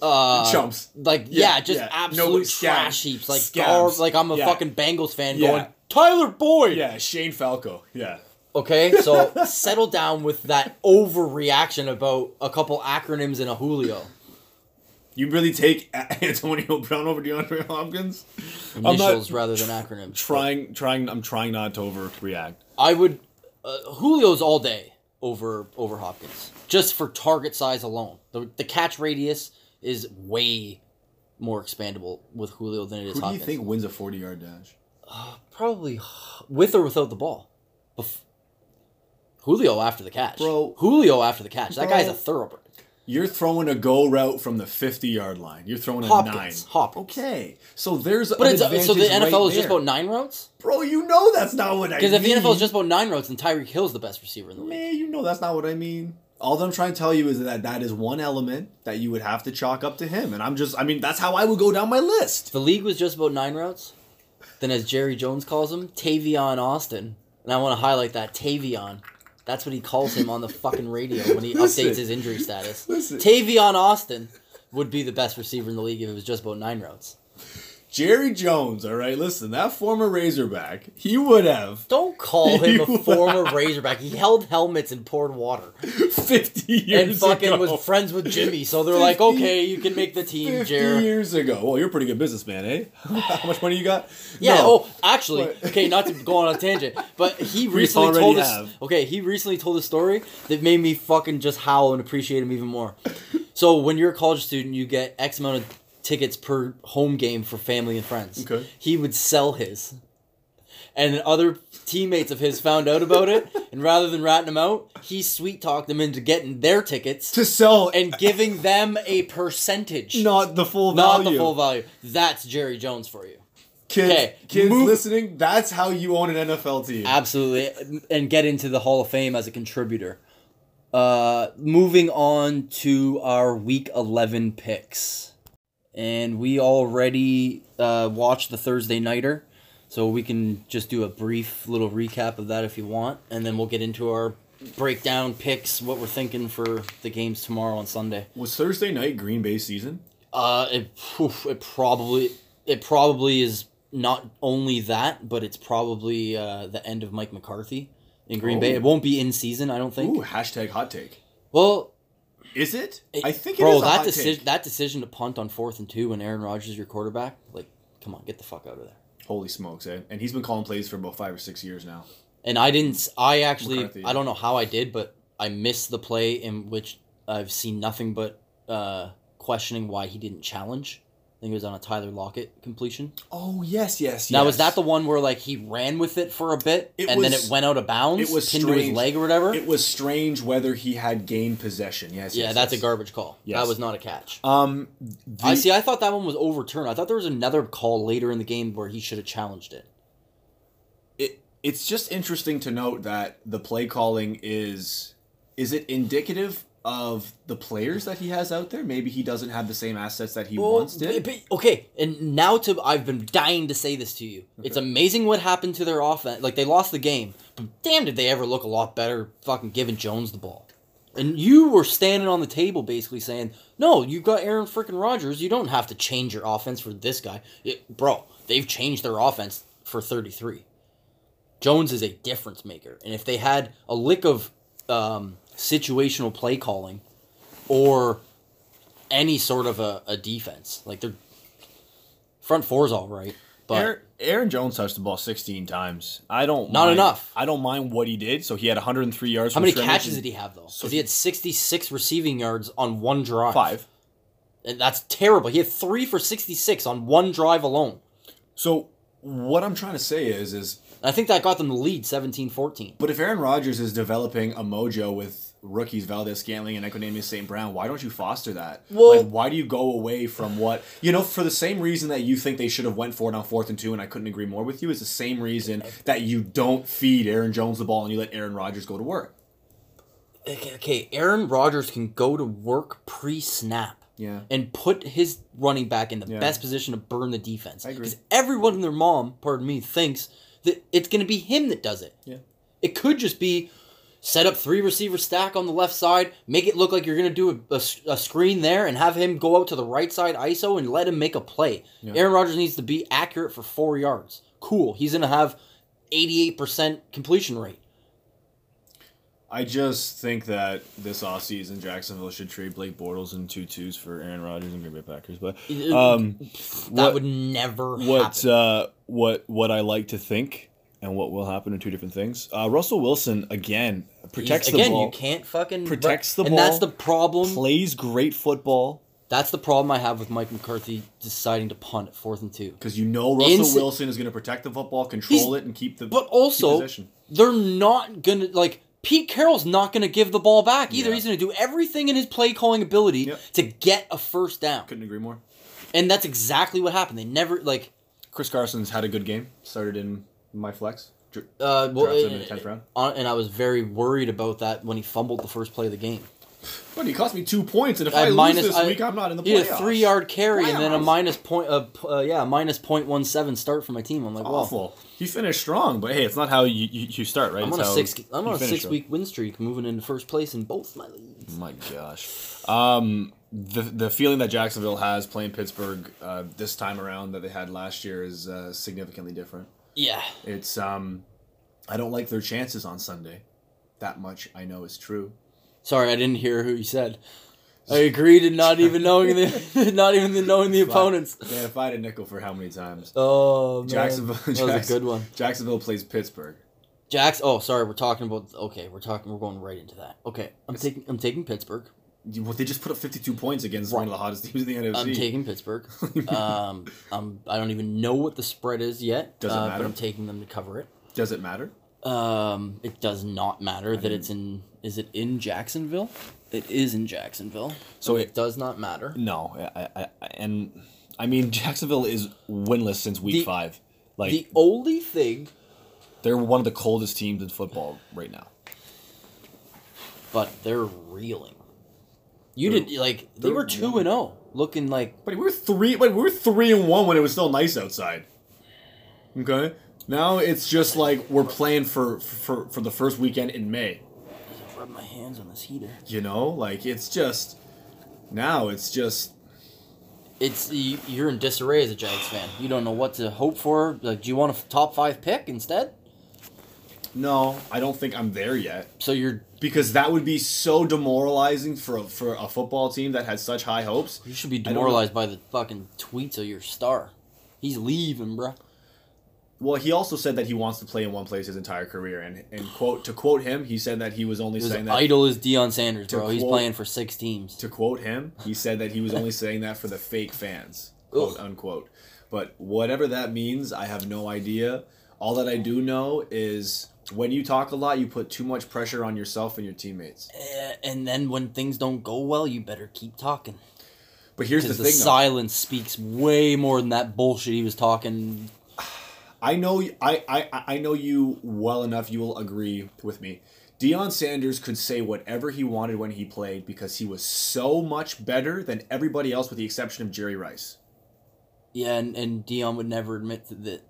Uh,
Chumps.
Like
Yeah,
yeah, just
yeah. No,
absolute
scabs.
trash heaps. Like
Scabs.
garb, like I'm a
Yeah.
fucking Bengals fan
Yeah.
going Tyler Boyd.
Yeah, Shane Falco. Yeah.
Okay, so settle down with that overreaction about a couple acronyms and a Julio.
You really take A- Antonio Brown over DeAndre Hopkins? I'm
Initials
not
rather than acronyms.
trying, trying. I'm trying not to overreact.
I would uh, Julio's all day over over Hopkins just for target size alone. The, the catch radius is way more expandable with Julio than it is
Who do you
Hopkins.
think wins a 40 yard dash?
Probably with or without the ball. Bef- Julio after the catch,
Bro.
Julio after the catch. That
Bro.
guy's a thoroughbred.
You're throwing a go route from the 50 yard line. You're throwing a
Hopkins,
nine.
Hopkins.
Okay, so there's
But it's uh, so the NFL
right
is just
there.
about nine routes.
bro. You know that's not what I.
Because if the
mean.
NFL is just about nine routes, then Tyreek Hill's the best receiver in the league.
man, you know that's not what I mean. All that I'm trying to tell you is that that is one element that you would have to chalk up to him, and I'm just, I mean, that's how I would go down my list.
If the league was just about nine routes, then as Jerry Jones calls him, Tavion Austin. And I want to highlight that Tavion. That's what he calls him on the fucking radio when he
Listen.
updates his injury status.
Listen.
Tavion Austin would be the best receiver in the league if it was just about nine routes.
Jerry Jones, all right, listen, that former Razorback, he would have
Don't call him
You-
a former Razorback. He held helmets and poured water
50 years
and fucking
ago.
was friends with Jimmy. So they're like,
50
okay, you can make the team,
50
Jerry.
years ago. Well, you're a pretty good businessman, eh? How much money you got?
Yeah.
No.
Oh, actually,
But-
okay, not to go on a tangent, but he
We
recently
already
told us.
have.
Okay, he recently told a story that made me fucking just howl and appreciate him even more. So when you're a college student, you get X amount of tickets per home game for family and friends.
Okay.
He would sell his, and other teammates of his found out about it, and rather than ratting them out, he sweet talked them into getting their tickets
To sell and
and giving them a percentage,
not the full
not
value.
the full value. That's Jerry Jones for you.
Kids,
Okay,
kids
move-
listening, that's how you own an NFL team.
Absolutely, and get into the Hall of Fame as a contributor. Uh, moving on to our Week Eleven picks, and we already uh, watched the Thursday nighter, so we can just do a brief little recap of that if you want, and then we'll get into our breakdown picks, what we're thinking for the games tomorrow on Sunday.
Was Thursday night Green Bay season?
Uh, it, oof, it probably it probably is not only that, but it's probably uh, the end of Mike McCarthy in Green Bay.
Oh.
It won't be in season, I don't think.
Ooh, hashtag hot take.
Well,
Is it?
It-
I think it
bro,
is a
that
hot
decision
take.
that decision to punt on fourth and two when Aaron Rodgers is your quarterback, like, come on, get the fuck out of there.
Holy
Holy smokes, eh? And he's been calling plays for about five or six years now.
And I didn't. s- I actually,
McCarthy.
I don't know how I did, but I missed the play in which I've seen nothing but uh, questioning why he didn't challenge. I think it was on a Tyler Lockett completion.
Oh yes, yes.
Now
yes.
was that the one where like he ran with it for a bit
It
and then
was-
it went out of bounds?
it was
pinned to his
strange.
leg or whatever.
It was strange whether he had gained possession. Yes.
yeah,
yes,
that's
yes.
a garbage call. That
Yes.
was not a catch.
Um, the-
I see. I thought that one was overturned. I thought there was another call later in the game where he should have challenged it.
it, it's just interesting to note that the play calling is is it indicative of the players that he has out there? Maybe he doesn't have the same assets that he
Well,
once did.
b- b- okay, and now to I've been dying to say this to you. It's amazing what happened to their offense. Like they lost the game, but damn, did they ever look a lot better? Fucking giving Jones the ball, and you were standing on the table basically saying, "No, you got Aaron freaking Rodgers. You don't have to change your offense for this guy, It- bro." They've changed their offense for thirty three. Jones is a difference maker, and if they had a lick of um, situational play calling or any sort of a, a defense. Like their front four's all right, but
Aaron, Aaron Jones touched the ball 16 times. I don't
Not
mind-
enough.
I don't mind what he did. So he had 103 yards.
how
from
many
scrimmage
catches
and
did he have though? Because
So
he had sixty six receiving yards on one drive.
Five.
and that's terrible. He had three for sixty six on one drive alone.
so what I'm trying to say is is
I think that got them the lead 17-14.
But if Aaron Rodgers is developing a mojo with rookies Valdez Scantling and Equinemius St. Brown, why don't you foster that?
Well-
like, why do you go away from what you know? For the same reason that you think they should have went for it on fourth and two, and I couldn't agree more with you. Is the same reason that you don't feed Aaron Jones the ball and you let Aaron Rodgers go to work.
Okay, okay, Aaron Rodgers can go to work pre snap.
Yeah.
And put his running back in the
Yeah.
best position to burn the defense.
I agree.
Because everyone and their mom, pardon me, thinks that it's going to be him that does it.
Yeah.
It could just be set up three receiver stack on the left side, make it look like you're going to do a, a s- a screen there, and have him go out to the right side ISO and let him make a play. Aaron Rodgers needs to be accurate for four yards. Cool. He's going to have 88% completion rate.
I just think that this offseason, Jacksonville should trade Blake Bortles and two twos for Aaron Rodgers and Green Bay Packers. But um,
That
what-
would never
what
happen.
uh, what what I like to think and what will happen are two different things. Uh, Russell Wilson again protects
He's- again,
the ball,
you can't fucking
Protects the
and that's the
ball.
problem.
plays great football.
That's the problem I have with Mike McCarthy deciding to punt at fourth and two.
Because you know Russell
Insi-
Wilson is going to protect the football, control
He's-
it, and keep the.
But
keep
also,
possession.
they're not gonna like Pete Carroll's not gonna give the ball back either.
Yeah.
He's gonna do everything in his play calling ability
Yep.
to get a first down,
couldn't agree more.
and that's exactly what happened. They never like.
Chris Carson's had a good game. Started in my flex. Dr-
Uh, well,
Drafted him in the 10th round.
uh, and I was very worried about that when he fumbled the first play of the game.
But he cost me two points, and if
Uh, I
I,
had
lose this week, I'm not in the
he had
playoffs.
a three yard carry and then a
Playoffs.
minus point, uh, p- uh, yeah, minus point one seven start for my team. I'm like, wow.
Awful.
He finished strong, but hey, it's not how you, you, you start, right?
I'm
It's
on a
how
six. I'm
you
on a
finish,
six
right?
week win streak, moving into first place in both my leagues.
My gosh, um, the the feeling that Jacksonville has playing Pittsburgh uh, this time around that they had last year is uh, significantly different.
Yeah,
It's um, I don't like their chances on Sunday. That much I know is true.
sorry, I didn't hear who you said. I agreed, and not even knowing the, not even knowing the opponents.
Man, if I had a nickel for how many times
Oh man,
Jacksonville,
that was a good one.
Jacksonville plays Pittsburgh.
Jacks. Oh, sorry, we're talking about. Okay, we're talking. We're going right into that. Okay, I'm taking. I'm taking Pittsburgh.
You- Well, they just put up 52 points against one of the hottest teams in the NFC.
I'm taking Pittsburgh. um, I'm. I don't even know what the spread is yet.
Doesn't
uh,
matter.
But I'm taking them to cover it.
Does it matter?
Um, it does not matter that it's in. Is it in Jacksonville? It is in Jacksonville. So
So
it,
it-
does not matter.
No, I, I, I and I mean Jacksonville is winless since week
The-
five. Like
The only thing,
they're one of the coldest teams in football right now.
but they're reeling. You did not like they were two and zero, looking like
But we were three. But we were three and one when it was still nice outside. Okay. Now it's just like we're playing for for for the first weekend in May.
I rub my hands on this heater.
You know, like it's just now it's just
It's you- you're in disarray as a Jags fan. You don't know what to hope for. Like, do you want a f- top five pick instead?
No, I don't think I'm there yet
So you're
because that would be so demoralizing for a, for a football team that had such high hopes.
you should be
don't know.
demoralized by the fucking tweets of your star. He's leaving, bro.
Well, he also said that he wants to play in one place his entire career, and and quote to quote him, he said that he was only
His
saying that
idol is Deion Sanders,
To
bro. He's
quote-
playing for six teams.
to quote him, he said that he was only saying that for the fake fans, quote
Ugh.
unquote. But whatever that means, I have no idea. All that I do know is when you talk a lot, you put too much pressure on yourself and your teammates.
Eh, And then when things don't go well, you better keep talking.
But here's the
Because the,
thing, though.
silence speaks way more than that bullshit he was talking.
I know, I, I, I know you well enough. You will agree with me. Deion Sanders could say whatever he wanted when he played because he was so much better than everybody else, with the exception of Jerry Rice.
Yeah, and, and Dion would never admit th- that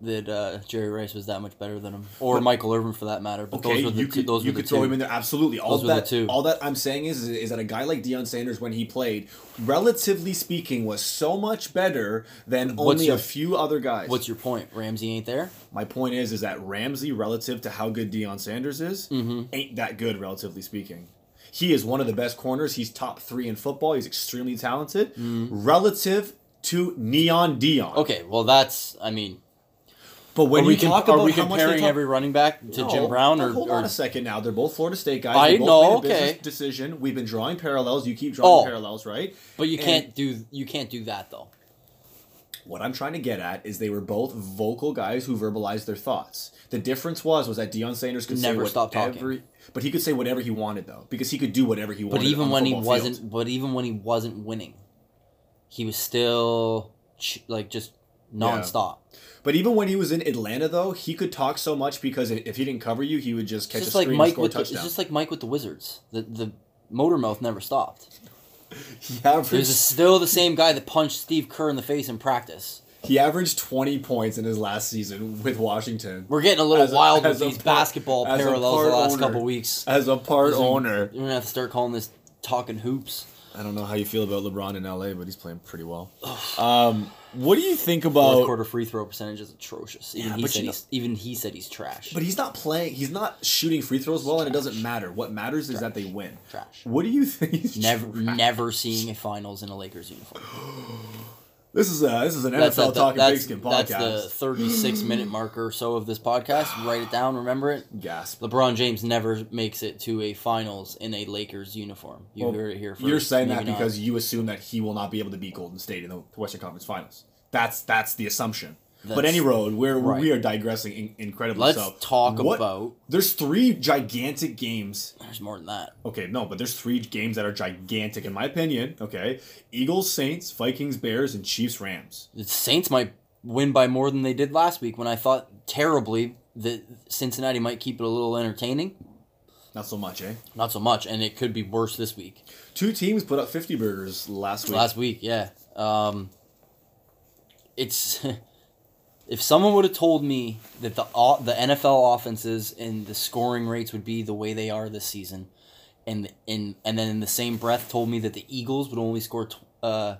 that uh, Jerry Rice was that much better than him, or Michael Irvin for that matter. But
Okay,
those were the
you
two,
could
those
you
were
could
the
throw
two.
him in there absolutely. All
Those were the
that
two.
all that I'm saying is is that a guy like Deion Sanders, when he played, relatively speaking, was so much better than
What's
only
your-
a few other guys.
What's your point? Ramsey ain't there.
My point is is that Ramsey, relative to how good Deion Sanders is,
Mm-hmm.
ain't that good, relatively speaking. He is one of the best corners. He's top three in football. He's extremely talented. Relative to Neon Dion.
Mm-hmm. Okay, well that's I mean,
But when
are we,
you
com-
talk
are
about
we
how much they
comparing
talk-
every running back to Jim
No,
Brown
now
or,
hold
or
on a second now. They're both Florida State guys.
I
They both
know,
made a business
okay.
Decision. We've been drawing parallels. You keep drawing
Oh.
parallels, right?
but you
And
can't do you can't do that though.
What I'm trying to get at is they were both vocal guys who verbalized their thoughts. The difference was was that Deion Sanders could
Never
say
stop
whatever,
talking.
but he could say whatever he wanted though, because he could do whatever he wanted.
But even
on the
when he
football field.
wasn't, but even when he wasn't winning, he was still ch- like just nonstop.
but even when he was in Atlanta though, he could talk so much because i- if he didn't cover you, he would just catch
It's
a
just like
screen and
Mike
score a
with the, it's
touchdown.
just like Mike with the Wizards. The the motor mouth never stopped.
he
He
averaged
was still the same guy that punched Steve Kerr in the face in practice.
he averaged 20 points in his last season with Washington.
We're getting a little
As a-
wild with
as a
these
par-
basketball
as a
parallels the
part
last
owner.
couple weeks.
As a part
Listen,
owner,
We're gonna have to start calling this talking hoops.
I don't know how you feel about LeBron in LA, but he's playing pretty well. Um, what do you think about?
Fourth quarter free throw percentage is atrocious. Even
Yeah,
he
but
said
you know-
he's, even he said he's trash.
But he's not playing. He's not shooting free throws well, and it doesn't matter. What matters is that they win.
Trash.
What do you think? he's
never
trash?
never seeing a finals in a Lakers uniform.
This is a this is an
That's,
NFL
at the-
talking
that's,
pigskin podcast.
that's the 36 minute mark or so of this podcast. Write it down. Remember it.
Gasp.
LeBron James never makes it to a finals in a Lakers uniform. You heard it here first.
You're saying that
maybe not.
because you assume that he will not be able to beat Golden State in the Western Conference Finals. That's that's the assumption. but
That's-
any road, we're we
right.
are digressing in, incredibly.
Let's
so
talk
what-
about-
There's three gigantic games
there's more than that.
Okay, no, but there's three games that are gigantic in my opinion. Okay, Eagles, Saints, Vikings, Bears, and Chiefs, Rams.
The Saints might win by more than they did last week when I thought terribly that Cincinnati might keep it a little entertaining.
Not so much, eh?
Not so much, and it could be worse this week.
Two teams put up 50 burgers last week.
Last week, yeah. Um, it's if someone would have told me that the o- the NFL offenses and the scoring rates would be the way they are this season, and in and then in the same breath told me that the Eagles would only score tw- uh,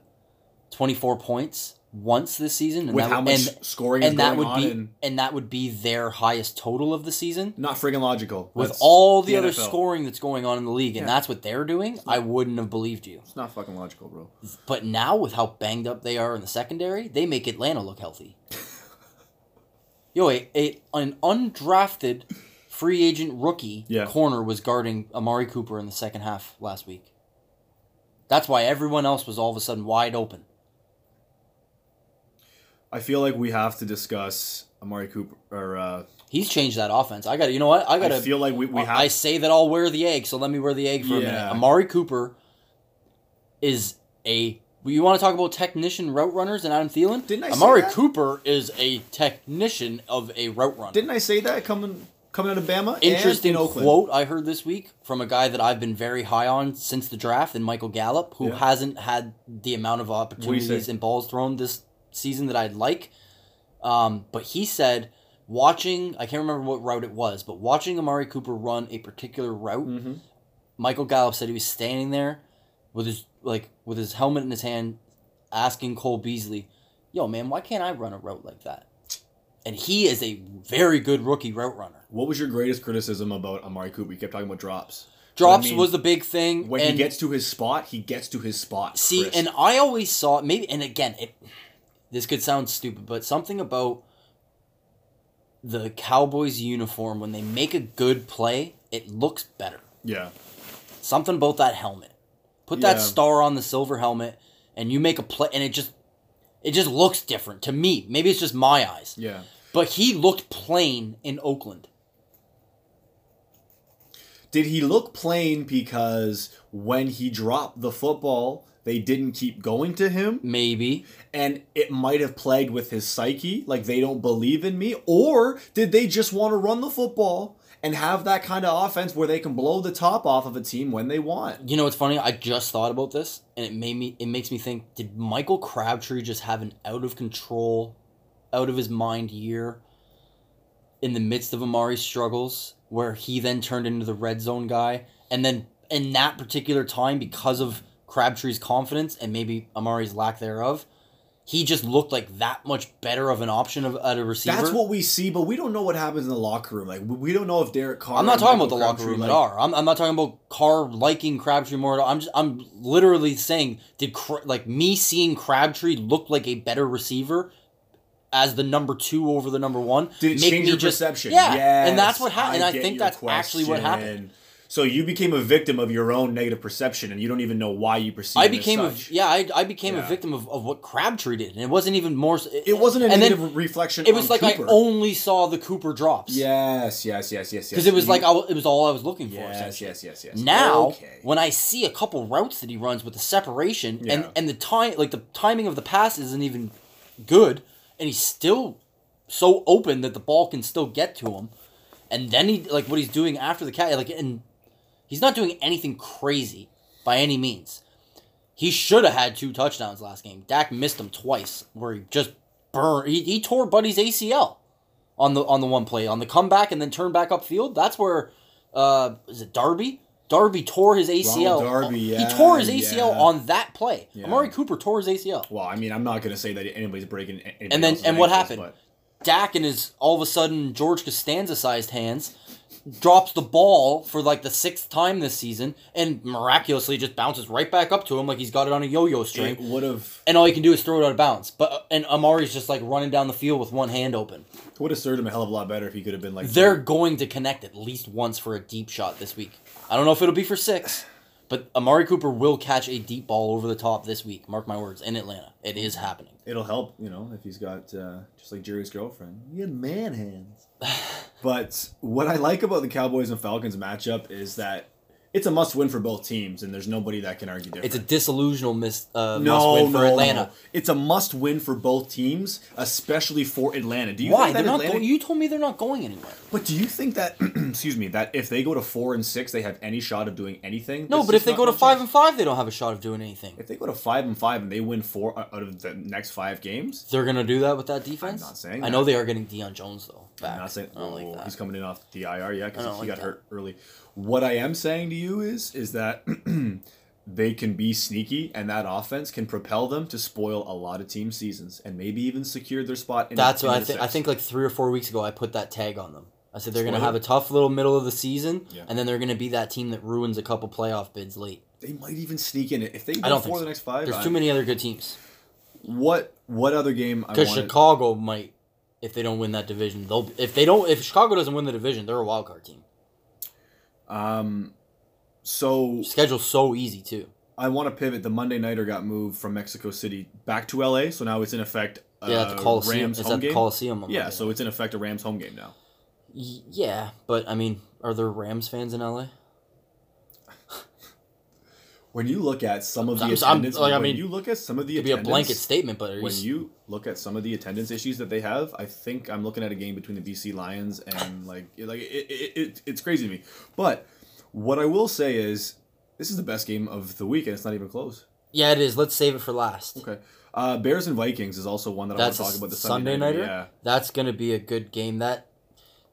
twenty four points once this season, and
with
that
how
would-
much
and,
scoring is
and
going
that would
on,
be
and
and that would be their highest total of the season.
not friggin' logical.
With
That's
all the, other
NFL.
scoring that's going on in the league, and
Yeah.
that's what they're doing, I wouldn't have believed you.
it's not fucking logical, bro.
But now, with how banged up they are in the secondary, they make Atlanta look healthy. Yo, a, a, an undrafted free agent rookie
Yeah.
corner was guarding Amari Cooper in the second half last week. That's why everyone else was all of a sudden wide open.
I feel like we have to discuss Amari Cooper. Or uh,
He's changed that offense. I got to, you know what? I got
I
to.
feel like we, we have.
I say that I'll wear the egg, so let me wear the egg for a minute.
Yeah.
Amari Cooper is a. You want to talk about technician route runners and Adam Thielen?
Didn't I say
Amari
that?
Cooper is a technician of a route runner.
didn't I say that coming coming out of Bama? and
Interesting
in Oakland.
quote I heard this week from a guy that I've been very high on since the draft, and Michael Gallup, who
Yeah.
hasn't had the amount of
you say?
opportunities and balls thrown this season that I'd like. Um, but he said, watching, I can't remember what route it was, but watching Amari Cooper run a particular route,
Mhm.
Michael Gallup said he was standing there with his like with his helmet in his hand, asking Cole Beasley, "Yo, man, why can't I run a route like that?" and he is a very good rookie route runner.
What was your greatest criticism about Amari Cooper? You kept talking about drops.
Drops
I mean,
was the big thing.
When
and
he gets to his spot, he gets to his spot.
See,
Chris.
and I always saw maybe, and again, it, this could sound stupid, but something about the Cowboys uniform when they make a good play, it looks better.
yeah,
Something about that helmet. Put that
Yeah.
star on the silver helmet, and you make a play, and it just, it just looks different to me. Maybe it's just my eyes,
yeah.
but he looked plain in Oakland.
Did he look plain because when he dropped the football, they didn't keep going to him?
Maybe
and it might have plagued with his psyche, like they don't believe in me, or did they just want to run the football and have that kind of offense where they can blow the top off of a team when they want?
You know what's funny? I just thought about this, and it made me. It makes me think: Did Michael Crabtree just have an out of control, out of his mind year in the midst of Amari's struggles, where he then turned into the red zone guy, and then in that particular time, because of Crabtree's confidence and maybe Amari's lack thereof, he just looked like that much better of an option of at a receiver.
That's what we see, but we don't know what happens in the locker room. Like we- we don't know if Derek Carr.
I'm not
and
talking about
Michael
the locker
Crabtree,
room
like,
at all. I'm, I'm not talking about Carr liking Crabtree more. At all. I'm just I'm literally saying did Cra- like me seeing Crabtree look like a better receiver as the number two over the number one
Did it
make
change
me
your
just-
perception?
Yeah, and that's
Yes,
what happened. And I
get
think
your
that's actually what happened.
question. So you became a victim of your own negative perception, and you don't even know why you perceive.
I
it as
became a
such.
yeah I, I became a
Yeah.
victim of, of what Crabtree did, and it wasn't even more. s-
It wasn't a
and then
negative reflection.
It was
on
like I
Cooper.
only saw the Cooper drops.
Yes, yes, yes, yes, yes.
because it was
You-
like I, w- it was all I was looking for.
Yes,
essentially.
yes, yes, yes.
Now,
Okay.
when I see a couple routes that he runs with the separation and
Yeah.
and the time, like the timing of the pass isn't even good, and he's still so open that the ball can still get to him, and then he like what he's doing after the cat, like and he's not doing anything crazy by any means. He should have had two touchdowns last game. Dak missed him twice, where he just burned. He, he tore Buddy's ACL on the on the one play on the comeback and then turn back upfield. That's where uh is it Darby? Darby tore his ACL.
Ronald Darby, yeah,
he tore his ACL
yeah.
on that play. Amari Cooper tore his ACL.
well, I mean, I'm not gonna say that anybody's breaking. a- anybody
And then-
else's
and what
ankles,
happened? Dak and his all of a sudden George Costanza sized hands drops the ball for like the sixth time this season and miraculously just bounces right back up to him like he's got it on a yo-yo
But
string.
it would have.
and all you can do is throw it out of bounds. But uh, and Amari's just like running down the field with one hand open.
Would have served him a hell of a lot better if he could have been like.
They're going to connect at least once for a deep shot this week. I don't know if it'll be for six, but Amari Cooper will catch a deep ball over the top this week. Mark my words, in Atlanta. It is happening.
It'll help, you know, if he's got uh, just like Jerry's girlfriend. He had man hands. but what I like about the Cowboys and Falcons matchup is that it's a must-win for both teams, and there's nobody that can argue different.
It's a disillusional miss, uh, must win for Atlanta.
It's a must-win for both teams, especially for Atlanta. Do you
Why?
think
They're
that
not
Atlanta
going, you told me they're not going anywhere.
But do you think that excuse me that if they go to four and six, they have any shot of doing anything?
No,
There's
but if
just
they
not
go to
much
five
chance.
and five, they don't have a shot of doing anything.
if they go to five and five and they win four out of the next five games,
They're gonna do that with that defense.
I'm not saying
I
that.
know they are getting Deion Jones though. Back.
I'm not saying
I don't like
oh,
that.
he's coming in off the IR, yeah, because
I
he
don't like
got
that.
hurt early. What I am saying to you is is that they can be sneaky, and that offense can propel them to spoil a lot of team seasons, and maybe even secure their spot. In
That's
in
what I
the
think. I
six.
think like three or four weeks ago, I put that tag on them. I said they're going to
Spoiler.
have a tough little middle of the season,
Yeah.
and then they're going to be that team that ruins a couple playoff bids late.
they might even sneak in it if they
I
go
don't think
four of
so.
the next five.
There's
I-
too many other good teams.
What what other game? I
Because
wanted-
Chicago might, if they don't win that division, they'll if they don't if Chicago doesn't win the division, they're a wild card team.
Um, so
Schedule's so easy too.
I want to pivot. The Monday nighter got moved from Mexico City back to LA, so now it's in effect uh,
Yeah, at the Coliseum.
Rams
it's
home
at the
game.
Coliseum. on
yeah,
Monday.
so it's in effect a Rams home game now.
Y- yeah, but I mean, are there Rams fans in LA?
When you look at some of the
I'm- I'm-
attendance,
like, I
when
mean,
you look at some of the
It'd be a
attendance,
blanket statement, but are you,
when
s-
you look at some of the attendance issues that they have, I think I'm looking at a game between the BC Lions and like it- like it, it, it it's crazy to me. But what I will say is this is the best game of the week, and it's not even close.
yeah, it is. Let's save it for last.
Okay. Uh, Bears and Vikings is also one that
That's a
I want to talk about. The
Sunday,
Sunday
nighter.
yeah.
That's gonna be a good game. That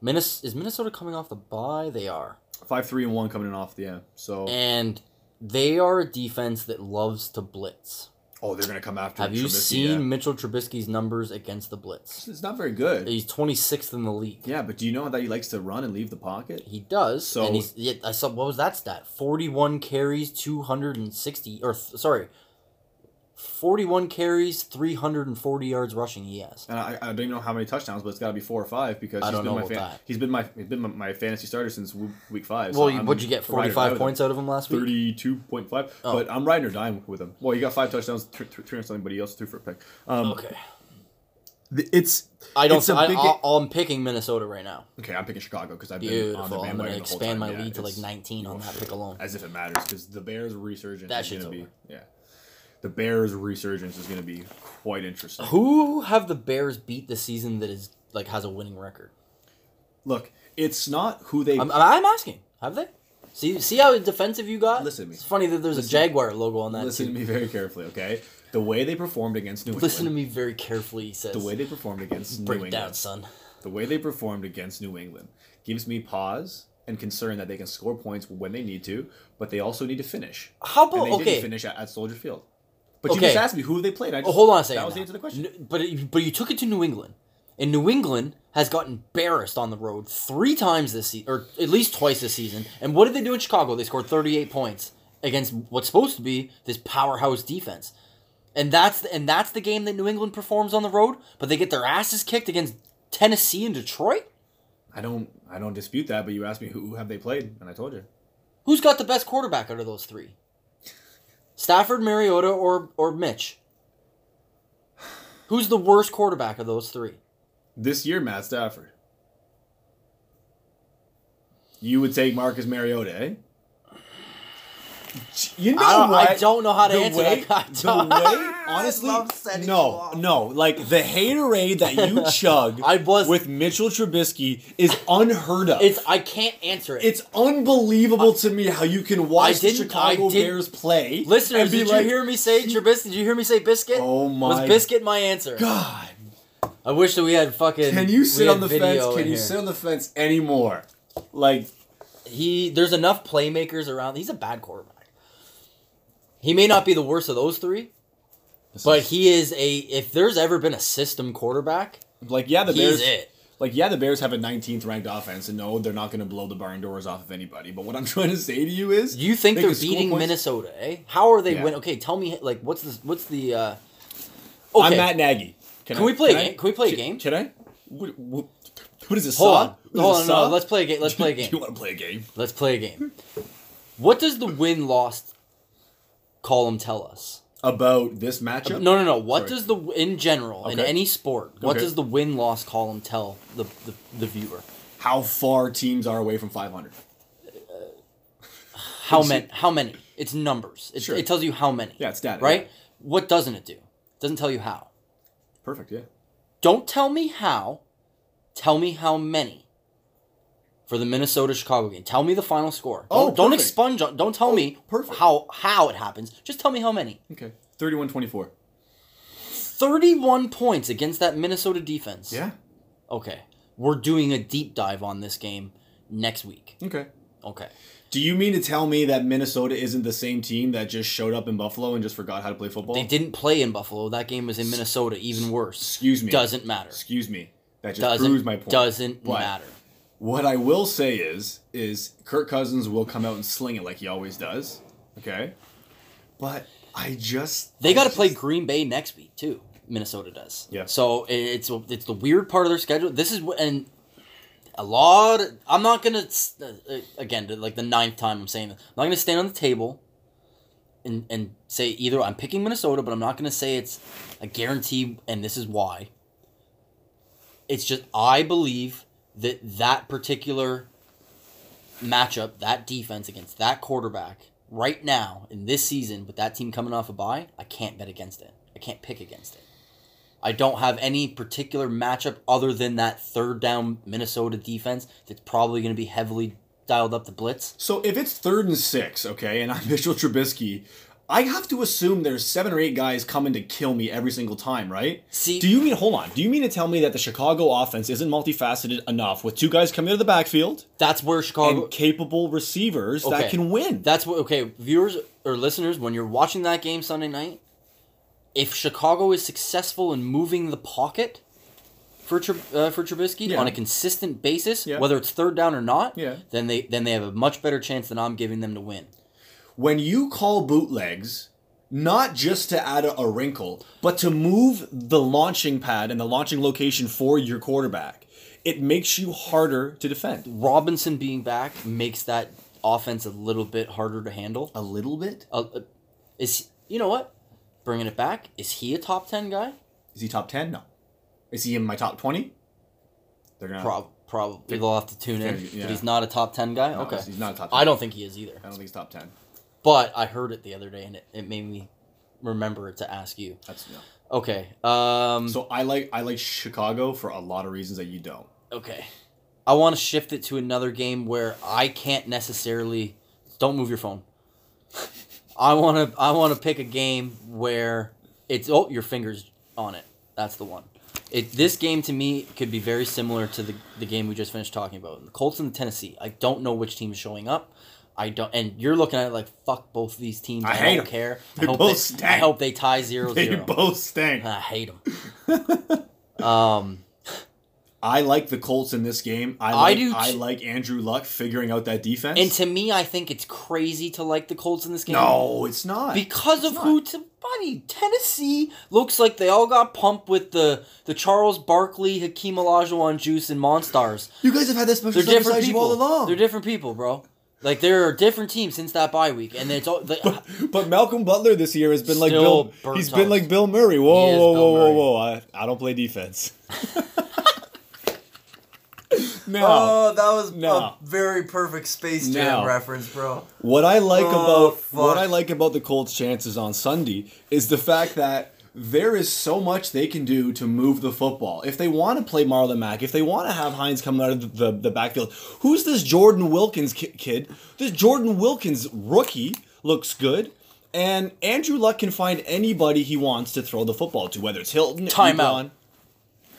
Minnes- is Minnesota coming off the bye. They are,
five three and one Oh. coming in off the end. So
and they are a defense that loves to blitz.
oh, they're going to come after
Have you
Trubisky,
seen
yeah.
Mitchell Trubisky's numbers against the blitz?
It's not very good.
He's 26th in the league.
Yeah, but do you know that he likes to run and leave the pocket?
He does.
So-
and he's, yeah, I saw what was that stat? Forty-one carries, two hundred and sixty, or th- sorry, forty-one carries, three hundred and forty yards rushing. He has.
And I, I don't even know how many touchdowns, but it's got to be four or five because
I
he's
don't
been,
know
my
about
fan-
that.
he's been my he's been my, my fantasy starter since w- week five.
well,
so
you,
I'm
what'd you get?
right or die
Forty-five
with him.
points out of him last week.
Thirty-two point five,
Oh.
but I'm riding or dying with him. Well, you got five touchdowns, th- th- three on something, but he also threw for a pick. Um,
Okay,
th- it's
I don't.
It's a
I,
big-
I, I'm picking Minnesota right now.
okay. I'm picking Chicago because I've been on the
Beautiful. I'm
bandwagon
gonna
the whole
expand
time.
my
Yeah,
lead to like
it's-
19 on that pick alone.
as if it matters because the Bears' resurgence
That
is
shit's
gonna be
over.
yeah, the Bears' resurgence is gonna be quite interesting.
Who have the Bears beat this season that is like has a winning record?
Look, it's not who they
I'm, I'm asking. Have they? See, see how defensive you got.
Listen to me.
It's funny that there's a Jaguar logo on that.
listen
too.
to me very carefully, okay? The way they performed against New
Listen to
England.
me very carefully. He says.
The way they performed against New
Break down,
England.
son.
The way they performed against New England gives me pause and concern that they can score points when they need to, but they also need to finish.
How
And
about
they
okay?
didn't finish at, at Soldier Field. But you
Okay.
just asked me who they played. I just,
Oh, hold on a second.
That was
now.
the answer to the question.
N- but it- but you took it to New England, and New England has got embarrassed on the road three times this season, or at least twice this season. And what did they do in Chicago? They scored thirty eight points against what's supposed to be this powerhouse defense, and that's the, and that's the game that New England performs on the road. But they get their asses kicked against Tennessee and Detroit.
I don't. I don't dispute that. But you asked me who, who have they played, and I told you.
Who's got the best quarterback out of those three? Stafford, Mariota, or or Mitch? Who's the worst quarterback of those three?
This year, Matt Stafford. You would take Marcus Mariota, eh? You know
I, don't,
what?
I don't know how to
the
answer
way,
that. I
the
don't-
way, honestly,
love setting you
no,
off.
no, like the haterade that you chug
I was-
with Mitchell Trubisky is unheard of.
It's I can't answer it.
It's unbelievable to me how you can watch the
didn't- I
Chicago
didn't-
Bears play.
Listeners,
and be
did
like,
you hear me say Trubisky? Did you hear me say biscuit?
Oh my
Was biscuit my answer?
God,
I wish that we had fucking.
can you sit
we had
on the
video
fence?
in
Can
here.
you sit on the fence anymore? Like,
He there's enough playmakers around. He's a bad quarterback. He may not be the worst of those three, but he is a. If there's ever been a system quarterback,
like yeah, the
he's
Bears.
it.
Like yeah, the Bears have a 19th ranked offense, and no, they're not going to blow the barn doors off of anybody. But what I'm trying to say to you is,
You think
they
they're
can score
beating
points-
Minnesota, eh? How are they
Yeah.
win? Okay, tell me like what's the what's the uh Okay.
I'm Matt Nagy.
Can
I-
we play a
I-
game? Can we play a
Can-
game?
Can I? What, what, what is this?
Hold
saw?
on.
What is
Hold
this,
on,
saw?
no, let's play a game. Let's play a
Do you
game.
want to play a game?
Let's play a game. What does the win loss column tell us?
About this matchup?
No, no, no. What
Sorry.
does the in general in
Okay.
any sport? What
Okay.
does the win loss column tell the, the the viewer?
How far teams are away from 500.
How
see-
many? How many? It's numbers. It,
Sure.
it tells you how many.
Yeah, it's data.
right.
yeah.
What doesn't it do? It doesn't tell you how.
Perfect, yeah.
Don't tell me how. Tell me how many for the Minnesota Chicago game. Tell me the final score. Don't,
Oh,
don't
perfect. Oh,
expunge. on- Don't tell me
perfect.
how how it happens. Just tell me how many.
Okay. 31 24.
31 points against that Minnesota defense.
Yeah.
Okay. We're doing a deep dive on this game next week.
Okay.
Okay.
Do you mean to tell me that Minnesota isn't the same team that just showed up in Buffalo and just forgot how to play football?
They didn't play in Buffalo. That game was in Minnesota, even worse.
Excuse me.
Doesn't matter.
Excuse me. That just proves
Doesn't
my point.
doesn't
But
matter.
What I will say is, is Kirk Cousins will come out and sling it like he always does. Okay. But I just
They
I
got to
just-
play Green Bay next week too. Minnesota does.
Yeah.
So it's it's the weird part of their schedule. This is wh- and a lot. I'm not gonna s- uh, again to, like the ninth time I'm saying this. I'm not gonna stand on the table and and say either I'm picking Minnesota, but I'm not gonna say it's a guarantee. And this is why. It's just I believe that that particular matchup, that defense against that quarterback right now in this season with that team coming off a bye, I can't bet against it. I can't pick against it. I don't have any particular matchup other than that third down Minnesota defense that's probably going to be heavily dialed up the blitz.
So if it's third and six, okay, and I'm Mitchell Trubisky, I have to assume there's seven or eight guys coming to kill me every single time, right?
See-
do you mean hold on? Do you mean to tell me that the Chicago offense isn't multifaceted enough with two guys coming out of the backfield
That's where Chicago
and capable receivers
Okay.
that can win?
That's what okay, viewers or listeners, when you're watching that game Sunday night, if Chicago is successful in moving the pocket for Tr- uh, for Trubisky
Yeah.
on a consistent basis,
Yeah.
whether it's third down or not,
Yeah.
then they then they have a much better chance than I'm giving them to win.
when you call bootlegs, not just to add a, a wrinkle, but to move the launching pad and the launching location for your quarterback, it makes you harder to defend.
Robinson being back makes that offense a little bit harder to handle.
A little bit.
Uh, uh, is you know what? Bringing it back, is he a top ten guy?
Is he top ten? No. Is he in my top twenty?
They're gonna.
Prob- probably they'll have to tune in.
Uh, yeah.
But he's not a top ten guy.
no,
okay,
he's not a top. 10.
I don't think he is either.
I don't think he's top ten.
But I heard it the other day, and it, it made me remember to ask you.
That's no.
Hmm.
Okay. Um,
So I like I like Chicago for a lot of reasons that you don't.
okay. I want to shift it to another game where I can't necessarily. Don't move your phone. I want to. I want to pick a game where it's oh your fingers on it. That's the one. It this game to me could be very similar to the the game we just finished talking about. The Colts and the Tennessee. I don't know which team is showing up. I don't, and you're looking at it like fuck both these teams. I,
I hate
don't
'em.
care.
They
I hope
both
they, I
stank.
hope they tie zero
They
zero.
both stink.
I hate them. um,
I like the Colts in this game. I
I
like, I,
do t-
like Andrew Luck figuring out that defense.
and to me, I think it's crazy to like the Colts in this game.
no, it's not.
Because of who, to, buddy, Tennessee looks like they all got pumped with the the Charles Barkley, Hakeem Olajuwon juice, and Monstars.
you guys have had this much
They're different
you all
people.
along.
They're different people, bro. Like there are different teams since that bye week, and it's all. They,
But Malcolm Butler this year has been like
Still
Bill.
burnt
He's
out.
been like Bill Murray. Whoa,
He is
whoa,
Bill
whoa,
Murray.
whoa, whoa! I, I don't play defense. no.
Oh, that was
No.
very perfect Space
No.
reference, bro.
What I like
Oh,
about what
fuck.
I like about the Colts' chances on Sunday is the fact that there is so much they can do to move the football. If they want to play Marlon Mack, if they want to have Hines come out of the, the, backfield, who's this Jordan Wilkins ki- kid? This Jordan Wilkins rookie looks good. And Andrew Luck can find anybody he wants to throw the football to, whether it's Hilton,
Timeout.
Ebron.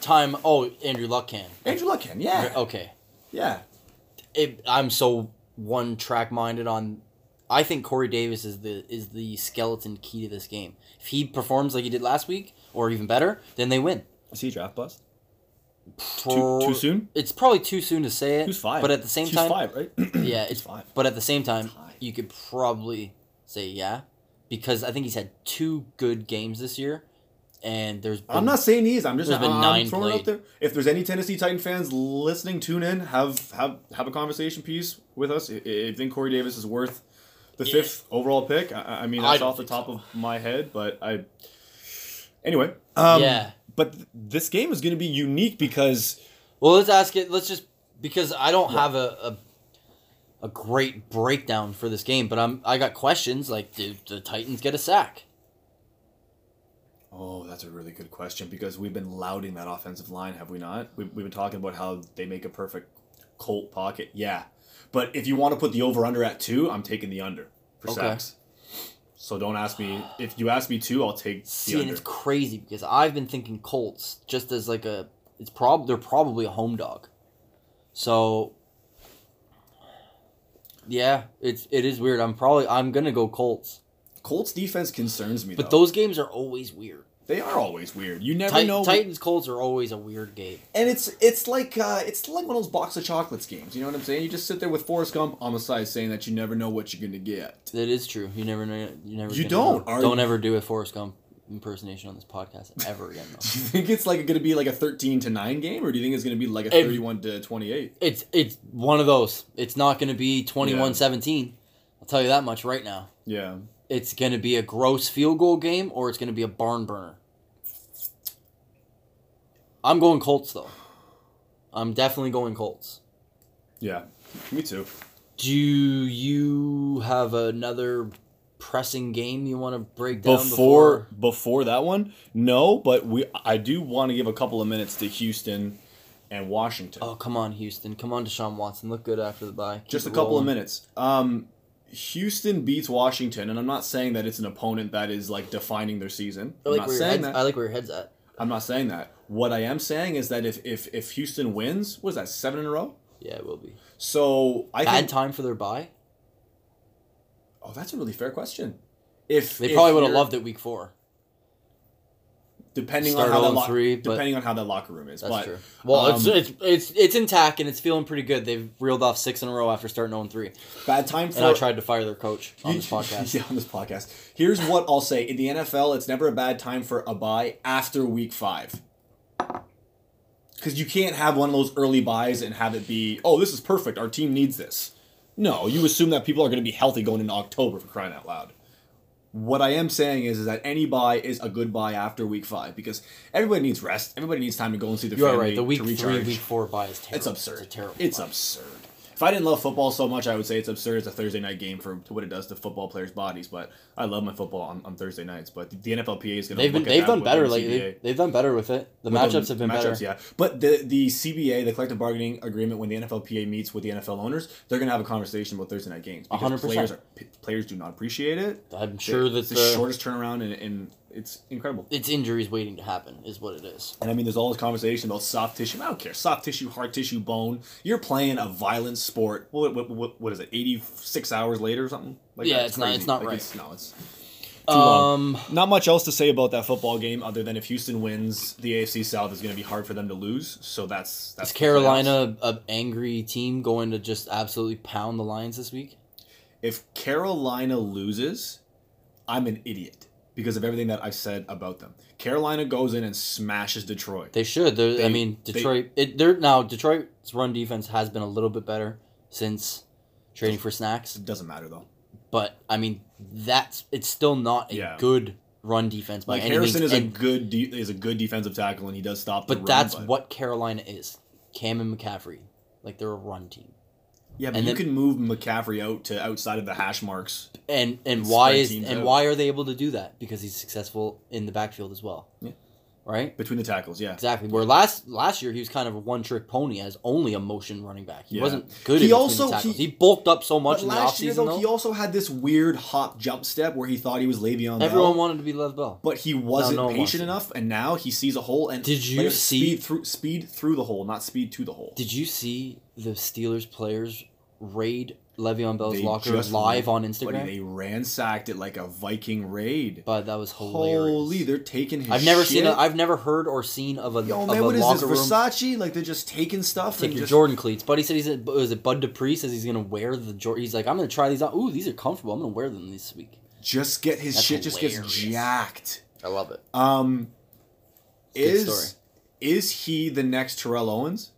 Time. Oh, Andrew Luck can.
Andrew Luck can, yeah,
Okay.
yeah.
it, I'm so one track minded on. I think Corey Davis is the is the skeleton key to this game. If he performs like he did last week, or even better, then they win.
Is he a draft bust?
Pro-
too soon?
It's probably too soon to say it.
Who's five?
But at the same
Who's
time,
five, right?
yeah, it's
five.
But at the same time,
high.
you could probably say yeah, because I think he's had two good games this year, and there's been,
I'm not saying he is. I'm just
There's been
I'm
nine
throwing it out
played.
there. If there's any Tennessee Titan fans listening, tune in. Have have have a conversation piece with us. I- I- If you think Corey Davis is worth the fifth overall pick, I- I, I mean
I
that's
don't
off the
think
top
so.
of my head, but I. Anyway,
Um,
Yeah.
But th- this game is going to be unique because
Well, let's ask it. Let's just because I don't have a, a a great breakdown for this game, but I'm I got questions like do the Titans get a sack?
oh, that's a really good question because we've been lauding that offensive line, have we not? We've, we've been talking about how they make a perfect Colt pocket. Yeah, but if you want to put the over under at two, I'm taking the under for
Okay.
sacks. So don't ask me. If you ask me two, I'll take the
See, and
under.
it's crazy because I've been thinking Colts just as like a it's prob they're probably a home dog, so yeah, it's it is weird. I'm probably I'm gonna go Colts,
Colts defense concerns me.
but
though.
those games are always weird.
they are always weird. You never
Tit-
know.
Titans Colts are always a weird game.
And it's it's like uh, it's like one of those box of chocolates games. You know what I'm saying? You just sit there with Forrest Gump on the side saying that you never know what you're gonna get.
That is true. You never know. You never.
You
gonna
don't.
know.
Are
don't
you-
ever do a Forrest Gump impersonation on this podcast ever again. Though.
Do you think it's like gonna be like a 13 to nine game, or do you think it's gonna be like a
If-
31 to 28?
it's it's one of those. It's not going to be 21-17. I'll tell you that much right now.
Yeah.
It's going to be a gross field goal game, or it's going to be a barn burner. I'm going Colts though. I'm definitely going Colts.
Yeah. Me too.
Do you have another pressing game you want to break down
before before that one, no. But we I do want to give a couple of minutes to Houston
And Washington.
Oh come on, Houston! Come on, Deshaun Watson. Look good after the bye. Keep
just a
it
couple
rolling.
of minutes. Um, Houston beats Washington, and I'm not saying that it's an opponent that is like defining their season.
I like
I'm not
where your
saying
head's,
that.
I like where your head's at.
I'm not saying that. What I am saying is that if if if Houston wins, what is that seven in a row?
Yeah, it will be.
So I
Bad
think.
time for their bye.
oh, that's a really fair question. If
They
if
probably would have
you're-
loved it week four.
depending
Start
on how
0-3,
that lo-
but-
depending on how that locker room is.
That's
but
true. Well, it's,
um,
it's it's it's intact and it's feeling pretty good. They've reeled off six in a row after starting 0 3.
bad time for
And I tried to fire their coach on
You-
this podcast.
yeah, on this podcast. Here's what I'll say: in the NFL, it's never a bad time for a buy after week five, because you can't have one of those early buys and have it be, "Oh, this is perfect. Our team needs this." No, you assume that people are going to be healthy going into October for crying out loud. What I am saying is, is that any buy is a good buy after week five because everybody needs rest. Everybody needs time to go and see their
You are
family.
right. The week
to
three,
recharge.
week four buy is terrible.
It's absurd.
It's a terrible.
It's
buy.
absurd. If I didn't love football so much, I would say it's absurd as a Thursday night game for to what it does to football players' bodies. But I love my football on, on Thursday nights. But the, the NFLPA is going to
They've been,
look at
they've
that
done
with
better
the
lately.
CBA.
They've, they've done better with it. The
With the
matchups have been better.
matchups, Yeah, but the the CBA, the collective bargaining agreement, when the NFLPA meets with the NFL owners, they're going to have a conversation about Thursday night games because
100%.
players are, p- players do not appreciate it.
I'm sure that
it's the,
the-
shortest turnaround and, and it's incredible.
It's injuries waiting to happen, is what it is.
And I mean, there's all this conversation about soft tissue. I don't care. Soft tissue, hard tissue, bone. You're playing a violent sport. What, what, what, what is it? 86 hours later or something? Like,
Yeah,
that's
it's not- it's not right.
It's, no, it's long.
Um,
not much else to say about that football game other than if Houston wins, the AFC South is going to be hard for them to lose. So that's that's
is
the playoffs.
Carolina a angry team going to just absolutely pound the Lions this week?
If Carolina loses, I'm an idiot because of everything that I've said about them. Carolina goes in and smashes Detroit.
They should. They're- I
They-
mean,
they-
Detroit. it, they're now Detroit's run defense has been a little bit better since trading for snacks,
it doesn't matter though.
but I mean, that's it's still not a
Yeah.
good run defense by
Like
any
Harrison
means,
is a
and-
good de- is a good defensive tackle and he does stop. The
but
run,
that's what Carolina is. Cam and McCaffrey, like they're a run team.
Yeah, but
and
you
then-
can move McCaffrey out to outside of the hash marks.
and and
And
why
spread
is
teams
and
out.
why are they able to do that? Because he's successful in the backfield as well.
Yeah.
Right.
Between the tackles, yeah.
Exactly. Where last last year he was kind of a one trick pony as only a motion running back. He
Yeah.
wasn't good.
He
in also
also-
the tackles. He,
he-
bulked up so much
But
in the
last year
offseason
though,
though.
he also had this weird hop jump step where he thought he was Le'Veon
Everyone
Bell,
wanted to be Lev Bell.
but he wasn't
No, no one wants
patient
him.
enough, and now he sees a hole and
Did you
like,
see-
speed through speed through the hole, not speed to the hole?
Did you see the Steelers players raid Le'Veon Bell's
They
locker
just
live
ran-
on
Buddy,
Instagram?
they ransacked it like a Viking raid.
but that was hilarious.
Holy, they're taking his.
I've never seen.
shit.
A, I've never heard or seen of a
Yo,
of
man,
a
what is this
locker room.
Versace? Like they're just taking stuff.
Take
and
your
just,
Jordan cleats. Buddy said he's a, was it Bud Dupree says he's gonna wear the Jordan. He's like, I'm gonna try these out. Ooh, these are comfortable. I'm gonna wear them this week.
just get his
That's
shit. Just
hilarious.
gets jacked.
I love it.
Um,
Good
is
story.
is he the next Terrell Owens?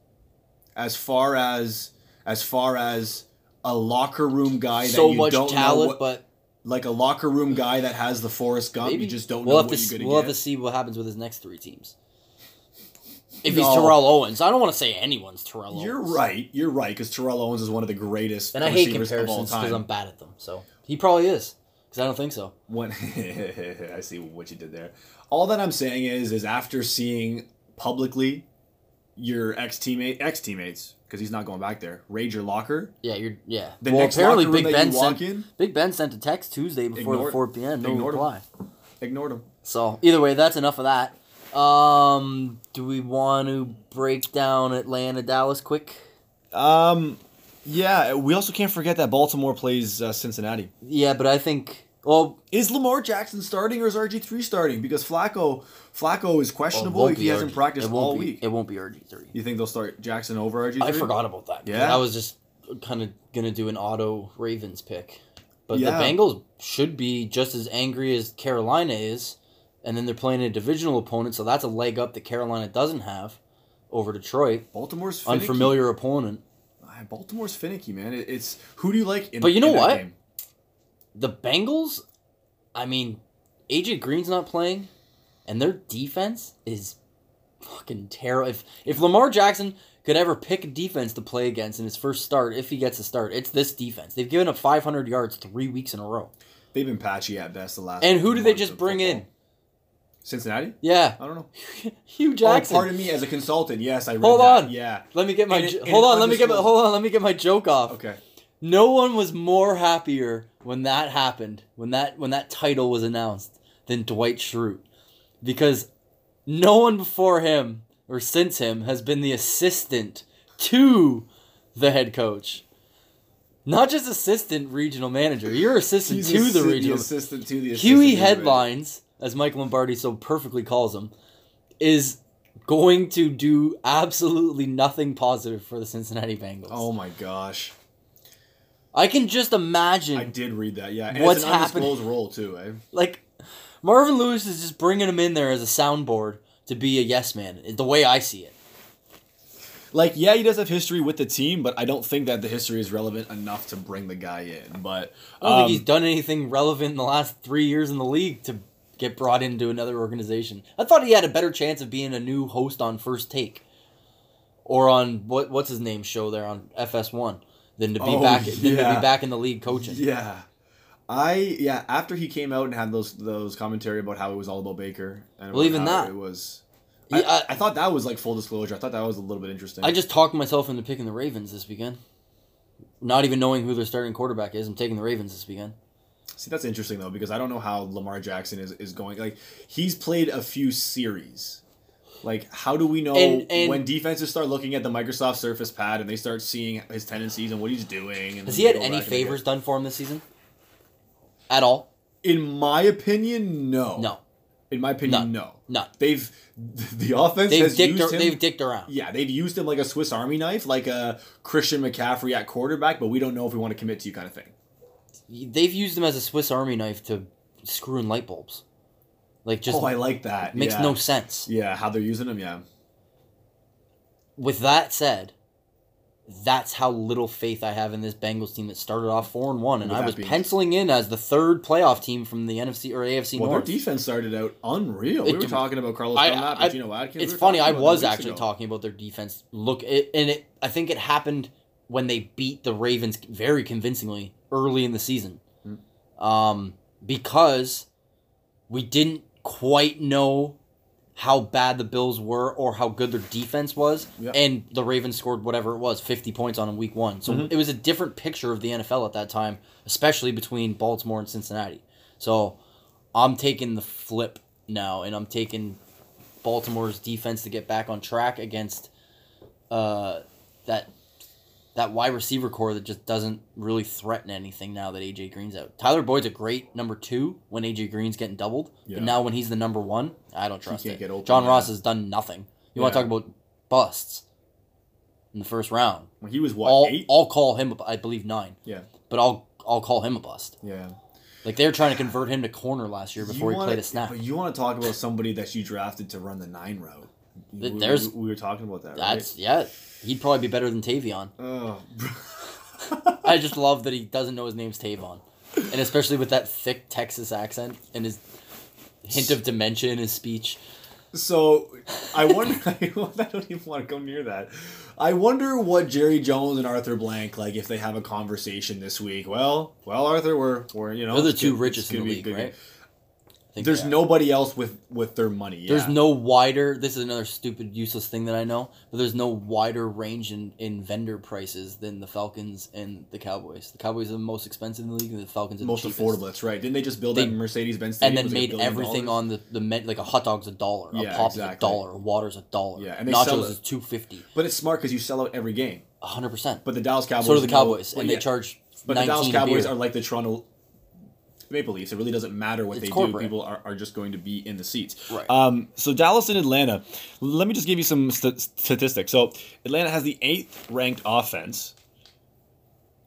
As far as as far as a locker room guy
so
that you
much
don't know
talent,
what,
but
like a locker room guy that has the Forrest Gump,
maybe
you just don't
we'll
know
have
what
to
you're
s-
gonna
we'll
get.
have to see what happens with his next three teams. If
No.
he's Terrell Owens, I don't want to say anyone's Terrell.
You're
Owens.
right. You're right because Terrell Owens is one of the greatest
And I hate
receivers of all
comparisons because
time.
I'm bad at them. So he probably is because I don't think so.
When I see what you did there. All that I'm saying is, is after seeing publicly your ex teammate, ex teammates, because he's not going back there, raid your locker.
Yeah, you're. Yeah.
The
well,
next
apparently
locker room
Big
that
Ben
you walk
sent
in,
Big Ben sent a text Tuesday before
Ignore
the
it.
4 p.m. No
Ignored him.
reply.
ignored him.
So either way, that's enough of that. Um, do we want to break down Atlanta Dallas quick?
Um, yeah, we also can't forget that Baltimore plays uh, Cincinnati.
Yeah, but I think well,
Is Lamar Jackson starting or is RG three starting? Because Flacco, Flacco is questionable
Oh, won't
if he
be
hasn't
RG.
practiced
it won't
all
be,
week.
It won't be RG three.
you think they'll start Jackson over RG?
I forgot about that. 'cause
Yeah?
I was just kind of gonna do an auto Ravens pick, but
Yeah.
the Bengals should be just as angry as Carolina is, and then they're playing a divisional opponent, so that's a leg up that Carolina doesn't have over Detroit,
Baltimore's finicky.
unfamiliar opponent.
Ah, Baltimore's finicky, man. It, it's who do you like? In,
But you
in
know
that
what?
game?
the Bengals, I mean, AJ Green's not playing, and their defense is fucking terrible. If if Lamar Jackson could ever pick a defense to play against in his first start, if he gets a start, it's this defense. They've given up 500 yards three weeks in a row.
They've been patchy at best the last.
And who do they
month
just
of
bring
football.
in?
Cincinnati?
Yeah,
I don't know.
Hugh
Oh,
Jackson.
pardon me, as a consultant, yes, I read
Hold
that.
on.
Yeah.
Let me get my
And it-
jo-
and
hold
it
on. Let me get my,
underscores-
hold on. Let me get my joke off.
Okay.
No one was more happier when that happened, when that when that title was announced, than Dwight Schrute, because no one before him or since him has been the assistant to the head coach. Not just assistant regional manator, you're assistant
He's
to
assi-
the regional.
assistant to the assistant
Huey
to the-
headlines as Mike Lombardi so perfectly calls him, is going to do absolutely nothing positive for the Cincinnati Bengals.
Oh my gosh.
I can just imagine,
I did read that, yeah. And
What's
it's an undisclosed role too, eh?
like, Marvin Lewis is just bringing him in there as a soundboard to be a yes man, the way I see it.
Like, yeah, he does have history with the team, but I don't think that the history is relevant enough to bring the guy in. But
I don't
um,
think he's done anything relevant in the last three years in the league to get brought into another organization. I thought he had a better chance of being a new host on First Take or on what what's his name show there on FS1 than to be
Oh,
back than to
yeah.
be back in the league coaching.
Yeah. I yeah, after he came out and had those those commentary about how it was all about Baker and
Well,
about
even
how
that.
it was
Yeah,
I,
I-
I thought that was like full disclosure. I thought that was a little bit interesting.
I just talked myself into picking the Ravens this weekend. Not even knowing who their starting quarterback is, I'm taking the Ravens this weekend.
See, that's interesting though because I don't know how Lamar Jackson is is going. Like he's played a few series. Like how do we know
And- and-
when defenses start looking at the Microsoft Surface Pad and they start seeing his tendencies and what he's doing? And
Has
then
he had
they go
any
back and they
favors done for him this season? At all?
get- In my opinion, no.
No,
In my
None.
opinion, no.
none.
They've the offense
They've
has
dicked.
used
Ar-
him.
they've dicked around.
Yeah, they've used him like a Swiss Army knife, like a Christian McCaffrey at quarterback, but we don't know if we want to commit to you kind of thing.
they've used him as a Swiss Army knife to screw in light bulbs. Like just
oh, I like that.
makes
yeah.
no sense.
Yeah, how they're using him, yeah.
With that said, that's how little faith I have in this Bengals team that started off four and one, and
With
I
that
was
being-
penciling in as the third playoff team from the NFC or AFC
Well,
North.
their defense started out unreal. we
It-
were talking about Carlos
I-
Dunlap
I-
and Geno Atkins.
it's
We were
funny. I
talking about
was
them weeks
actually
ago.
talking about their defense. Look, it, and it. I think it happened when they beat the Ravens very convincingly early in the season,
Mm.
um, because we didn't quite know how bad the Bills were or how good their defense was,
Yeah.
and the Ravens scored whatever it was, fifty points on in Week One. So
Mm-hmm.
it was a different picture of the NFL at that time, especially between Baltimore and Cincinnati. So I'm taking the flip now, and I'm taking Baltimore's defense to get back on track against uh, that that wide receiver core that just doesn't really threaten anything now that AJ Green's out. Tyler Boyd's a great number two when AJ Green's getting doubled,
Yeah.
but now when he's the number one, I don't trust
can't
it.
get open,
John Ross
yeah.
has done nothing. You want to
Yeah.
talk about busts in the first round?
When he was what
I'll
eight?
I'll call him. a bu- I believe nine,
yeah,
but I'll I'll call him a bust.
yeah.
Like they were trying to convert him to corner last year before
You
he
wanna-
played a snap.
But you want to talk about somebody that you drafted to run the nine route?
Th-
We-
there's-
we, we were talking about that.
That's yeah. He'd probably be better than Tavion.
right? oh.
I just love that he doesn't know his name's Tavon, and especially with that thick Texas accent and his hint of dementia in his speech.
So I wonder. I don't even want to go near that. I wonder what Jerry Jones and Arthur Blank like if they have a conversation this week. Well, well, Arthur, we're we're you know
They're the
it's
two
good-
richest
it's gonna
in the
be
league,
good.
right? I think
There's
they are.
nobody else with with their money. Yeah.
There's no wider. This is another stupid, useless thing that I know. But there's no wider range in, in vendor prices than the Falcons and the Cowboys. The Cowboys are the most expensive in the league, and the Falcons are the
most
cheapest.
affordable. That's right. Didn't they just build
They-
that Mercedes Benz
And then made everything on the the men, like a hot dog's a dollar, a
Yeah,
pop is a
exactly.
dollar, a water's a dollar,
Yeah, and they sell
nachos
it.
is two fifty,
But it's smart because you sell out every game.
hundred percent.
But the Dallas Cowboys.
So do the
know-
Cowboys,
well,
and
yeah.
they charge.
But the
19
Dallas
a
Cowboys
beer.
are like the Toronto Maple Leafs. It really doesn't matter what
It's
they
corporate.
do. People are, are just going to be in the seats.
Right.
Um, so Dallas and Atlanta. Let me just give you some st- statistics. So Atlanta has the eighth ranked offense.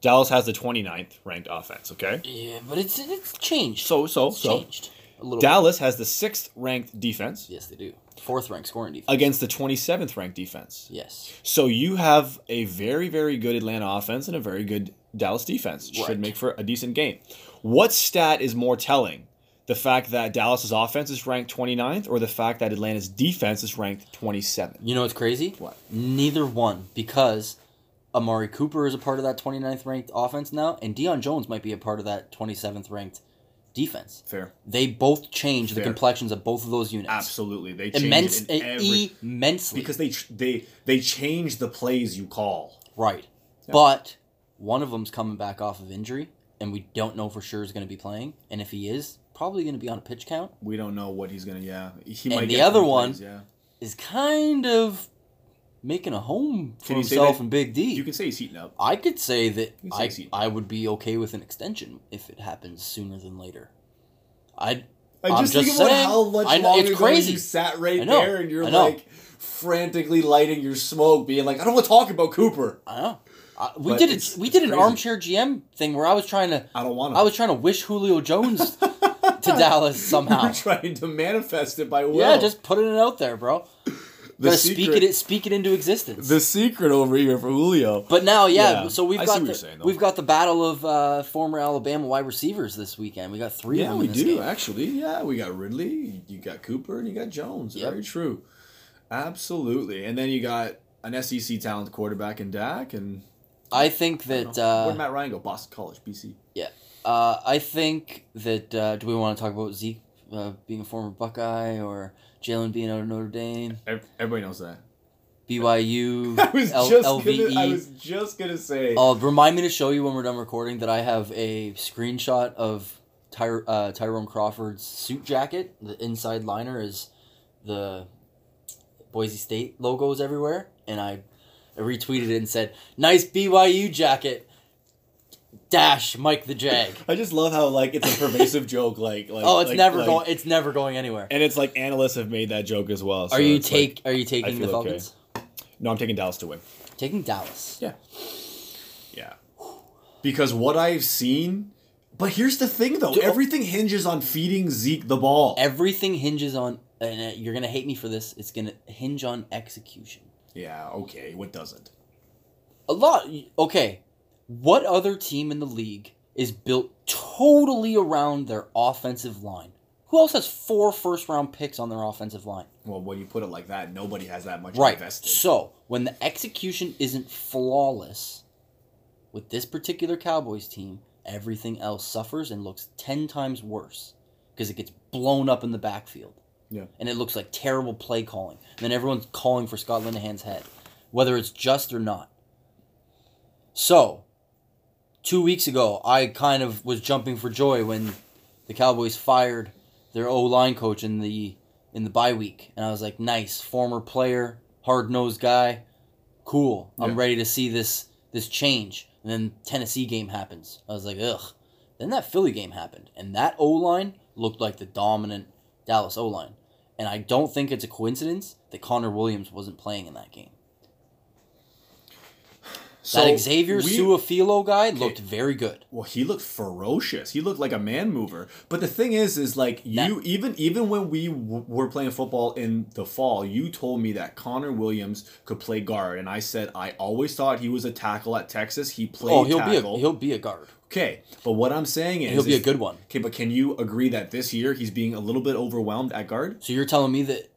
Dallas has the 29th ranked offense. Okay.
Yeah, but it's it's changed.
So so
it's
so.
changed a little.
Dallas has the sixth ranked defense
bit. Yes, they do. Fourth ranked scoring defense.
against the 27th ranked defense.
yes.
So you have a very, very good Atlanta offense and a very good Dallas defense.
Right.
Should make for a decent game. What stat is more telling? The fact that Dallas's offense is ranked 29th or the fact that Atlanta's defense is ranked 27th?
You know what's crazy?
What?
Neither one, because Amari Cooper is a part of that 29th ranked offense now, and Deion Jones might be a part of that 27th ranked defense.
Fair.
They both change the
Fair.
complexions of both of those units.
Absolutely. They change
Immense, e,
it in every,
immensely.
because they tr- they they change the plays you call.
Right. But one of them's coming back off of injury, and we don't know for sure is going to be playing. And if he is, probably going to be on a pitch count.
We don't know what he's going to yeah. He
And
might
the
get
other
some
one-
plays, yeah.
Is kind of making a home for
Can you say
himself
that-
in Big D.
You can say he's heating up.
I could say that
You can
I
say-
I would be okay with an extension if it happens sooner than later. I
I
I'm
just,
just
think about
saying.
how much
I know-
longer
it's
ago
crazy.
you sat right
I know.
there and you're
I know.
like frantically lighting your smoke, being like, I don't want to talk about Cooper.
I know. I, we
But
did it.
it's-
We
it's
did an
crazy.
armchair GM thing where I was trying to.
I don't want to.
I was trying to wish Julio Jones to Dallas somehow.
You're trying to manifest it by will.
Yeah, just putting it out there, bro.
the
Gotta speak it, speak it into existence.
The secret over here for Julio.
but now, yeah,
Yeah,
so we've
I see
got
what
the,
you're saying, though.
we've got the battle of uh, former Alabama wide receivers this weekend. We got three. of
Yeah,
them
we
in this
do
game.
actually. Yeah, we got Ridley, you got Cooper, and you got Jones.
Yep.
Very true. Absolutely. And then you got an SEC talent quarterback in Dak, and
I think that
where'd
uh,
Matt Ryan go? Boston College, BC.
yeah, uh, I think that uh, do we want to talk about Zeke uh, being a former Buckeye or Jalen being out of Notre Dame,
Ev- Everybody knows that.
BYU,
I was
L- E?
just
LVE?
gonna. I was just gonna say.
Uh, remind me to show you when we're done recording that I have a screenshot of Ty- uh, Tyrone Crawford's suit jacket. The inside liner is the Boise State logos everywhere, and I, I retweeted it and said, "Nice BYU jacket." Dash Mike the Jag.
I just love how like it's a pervasive joke. Like, like
Oh, it's
like-
never
like-
going. It's never going anywhere.
And it's like analysts have made that joke as well. so
Are you
it's like-
take? are you taking the
feel okay.
Falcons?
no, I'm taking Dallas to win.
Taking Dallas.
Yeah. Because what I've seen, but here's the thing though,
Do-
everything hinges on feeding Zeke the ball.
Everything hinges on, and uh, you're gonna hate me for this. It's gonna hinge on execution.
yeah, okay, what doesn't?
A lot. Okay. What other team in the league is built totally around their offensive line? Who else has four first round picks on their offensive line?
Well, when you put it like that, nobody has that much
Right.
invested.
So, when the execution isn't flawless with this particular Cowboys team, everything else suffers and looks 10 times worse because it gets blown up in the backfield.
Yeah.
And it looks like terrible play calling. And then everyone's calling for Scott Linehan's head, whether it's just or not. So, two weeks ago, I kind of was jumping for joy when the Cowboys fired their O line coach in the in the bye week, and I was like, nice, former player, hard nosed guy, cool. I'm
Yeah.
ready to see this this change. And then Tennessee game happens. I was like, ugh. Then that Philly game happened, and that O line looked like the dominant Dallas O line. And I don't think it's a coincidence that Connor Williams wasn't playing in that game.
So
that Xavier
we-
Suafilo guy looked very good.
Well, he looked ferocious. He looked like a man mover. But the thing is, is like you even even when we w- were playing football in the fall, you told me that Connor Williams could play guard, and I said I always thought he was a tackle at Texas. He played
Oh, he'll
tackle.
be a he'll be a guard.
okay, but what I'm saying is
He'll be a
is-
good one.
Okay, but can you agree that this year he's being a little bit overwhelmed at guard?
So you're telling me that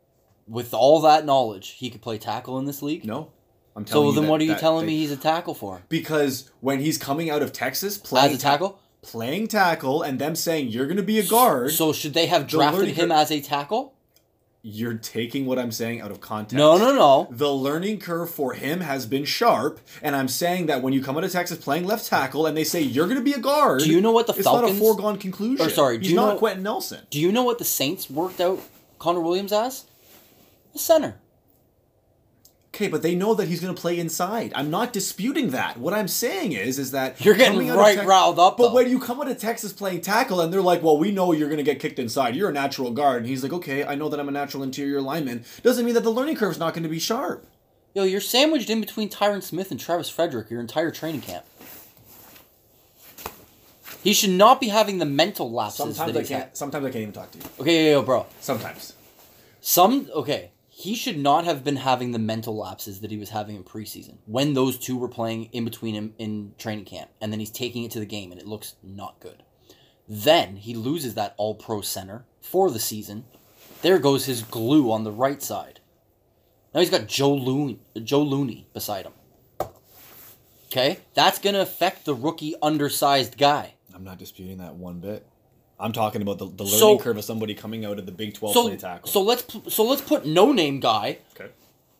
with all that knowledge, he could play tackle in this league?
No, I'm telling
So
you
then,
that-
what are you
that
telling
they-
me he's a tackle for?
Because when he's coming out of Texas
As
playing
a tackle?
playing tackle, and them saying you're going to be a guard,
So should they have
The learning
drafted him
cur-
as a tackle?
you're taking what I'm saying out of context.
No, no, no.
The learning curve for him has been sharp, and I'm saying that when you come out of Texas playing left tackle, and they say you're going to be a guard,
Do you know what the
it's
Falcons?
not a foregone conclusion.
Or, sorry, do
he's
you
not
know-
Quentin Nelson.
Do you know what the Saints worked out Connor Williams as? A center.
Okay, but they know that he's going to play inside. I'm not disputing that. What I'm saying is, is that
You're getting
coming out of
right
Tex-
riled up,
But
though.
when you come out of Texas playing tackle, and they're like, "Well, we know you're going to get kicked inside. You're a natural guard," and he's like, "Okay, I know that I'm a natural interior lineman." Doesn't mean that the learning curve's not going to be sharp.
Yo, you're sandwiched in between Tyron Smith and Travis Frederick your entire training camp. He should not be having the mental lapses.
Sometimes
that
I
he's had.
can't. Sometimes I can't even talk to you.
Okay, yo, yo, bro.
Sometimes.
Some okay. He should not have been having the mental lapses that he was having in preseason when those two were playing in between him in training camp, and then he's taking it to the game, and it looks not good. Then he loses that All Pro center for the season. There goes his glue on the right side. Now he's got Joe Looney, Joe Looney beside him. Okay, that's gonna affect the rookie undersized guy.
I'm not disputing that one bit. I'm talking about the, the learning
So-
curve of somebody coming out of the Big 12
So,
playing tackle.
so let's p- so let's put no name guy
okay.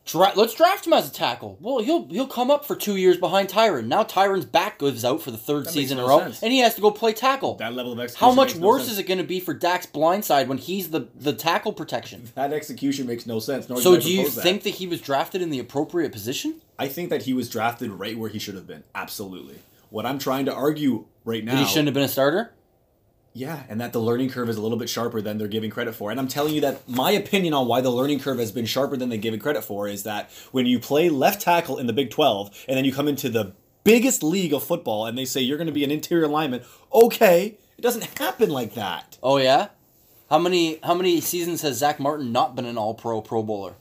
Dra- let's draft him as a tackle. Well, he'll he'll come up for two years behind Tyron. Now Tyron's back gives out for the third
That makes
season in a
no
row,
sense.
and he has to go play tackle.
That level of execution.
How much worse is it going to be for Dax blindside when he's the the tackle protection?
That execution makes no sense. nor
So
did I
do you
propose that.
think that he was drafted in the appropriate position?
I think that he was drafted right where he should have been. Absolutely. What I'm trying to argue right now.
That he shouldn't have been a starter.
Yeah, and that the learning curve is a little bit sharper than they're giving credit for. And I'm telling you that my opinion on why the learning curve has been sharper than they give it credit for is that when you play left tackle in the Big 12 and then you come into the biggest league of football and they say you're going to be an interior lineman, okay, it doesn't happen like that.
Oh yeah, how many how many seasons has Zach Martin not been an All Pro Pro Bowler?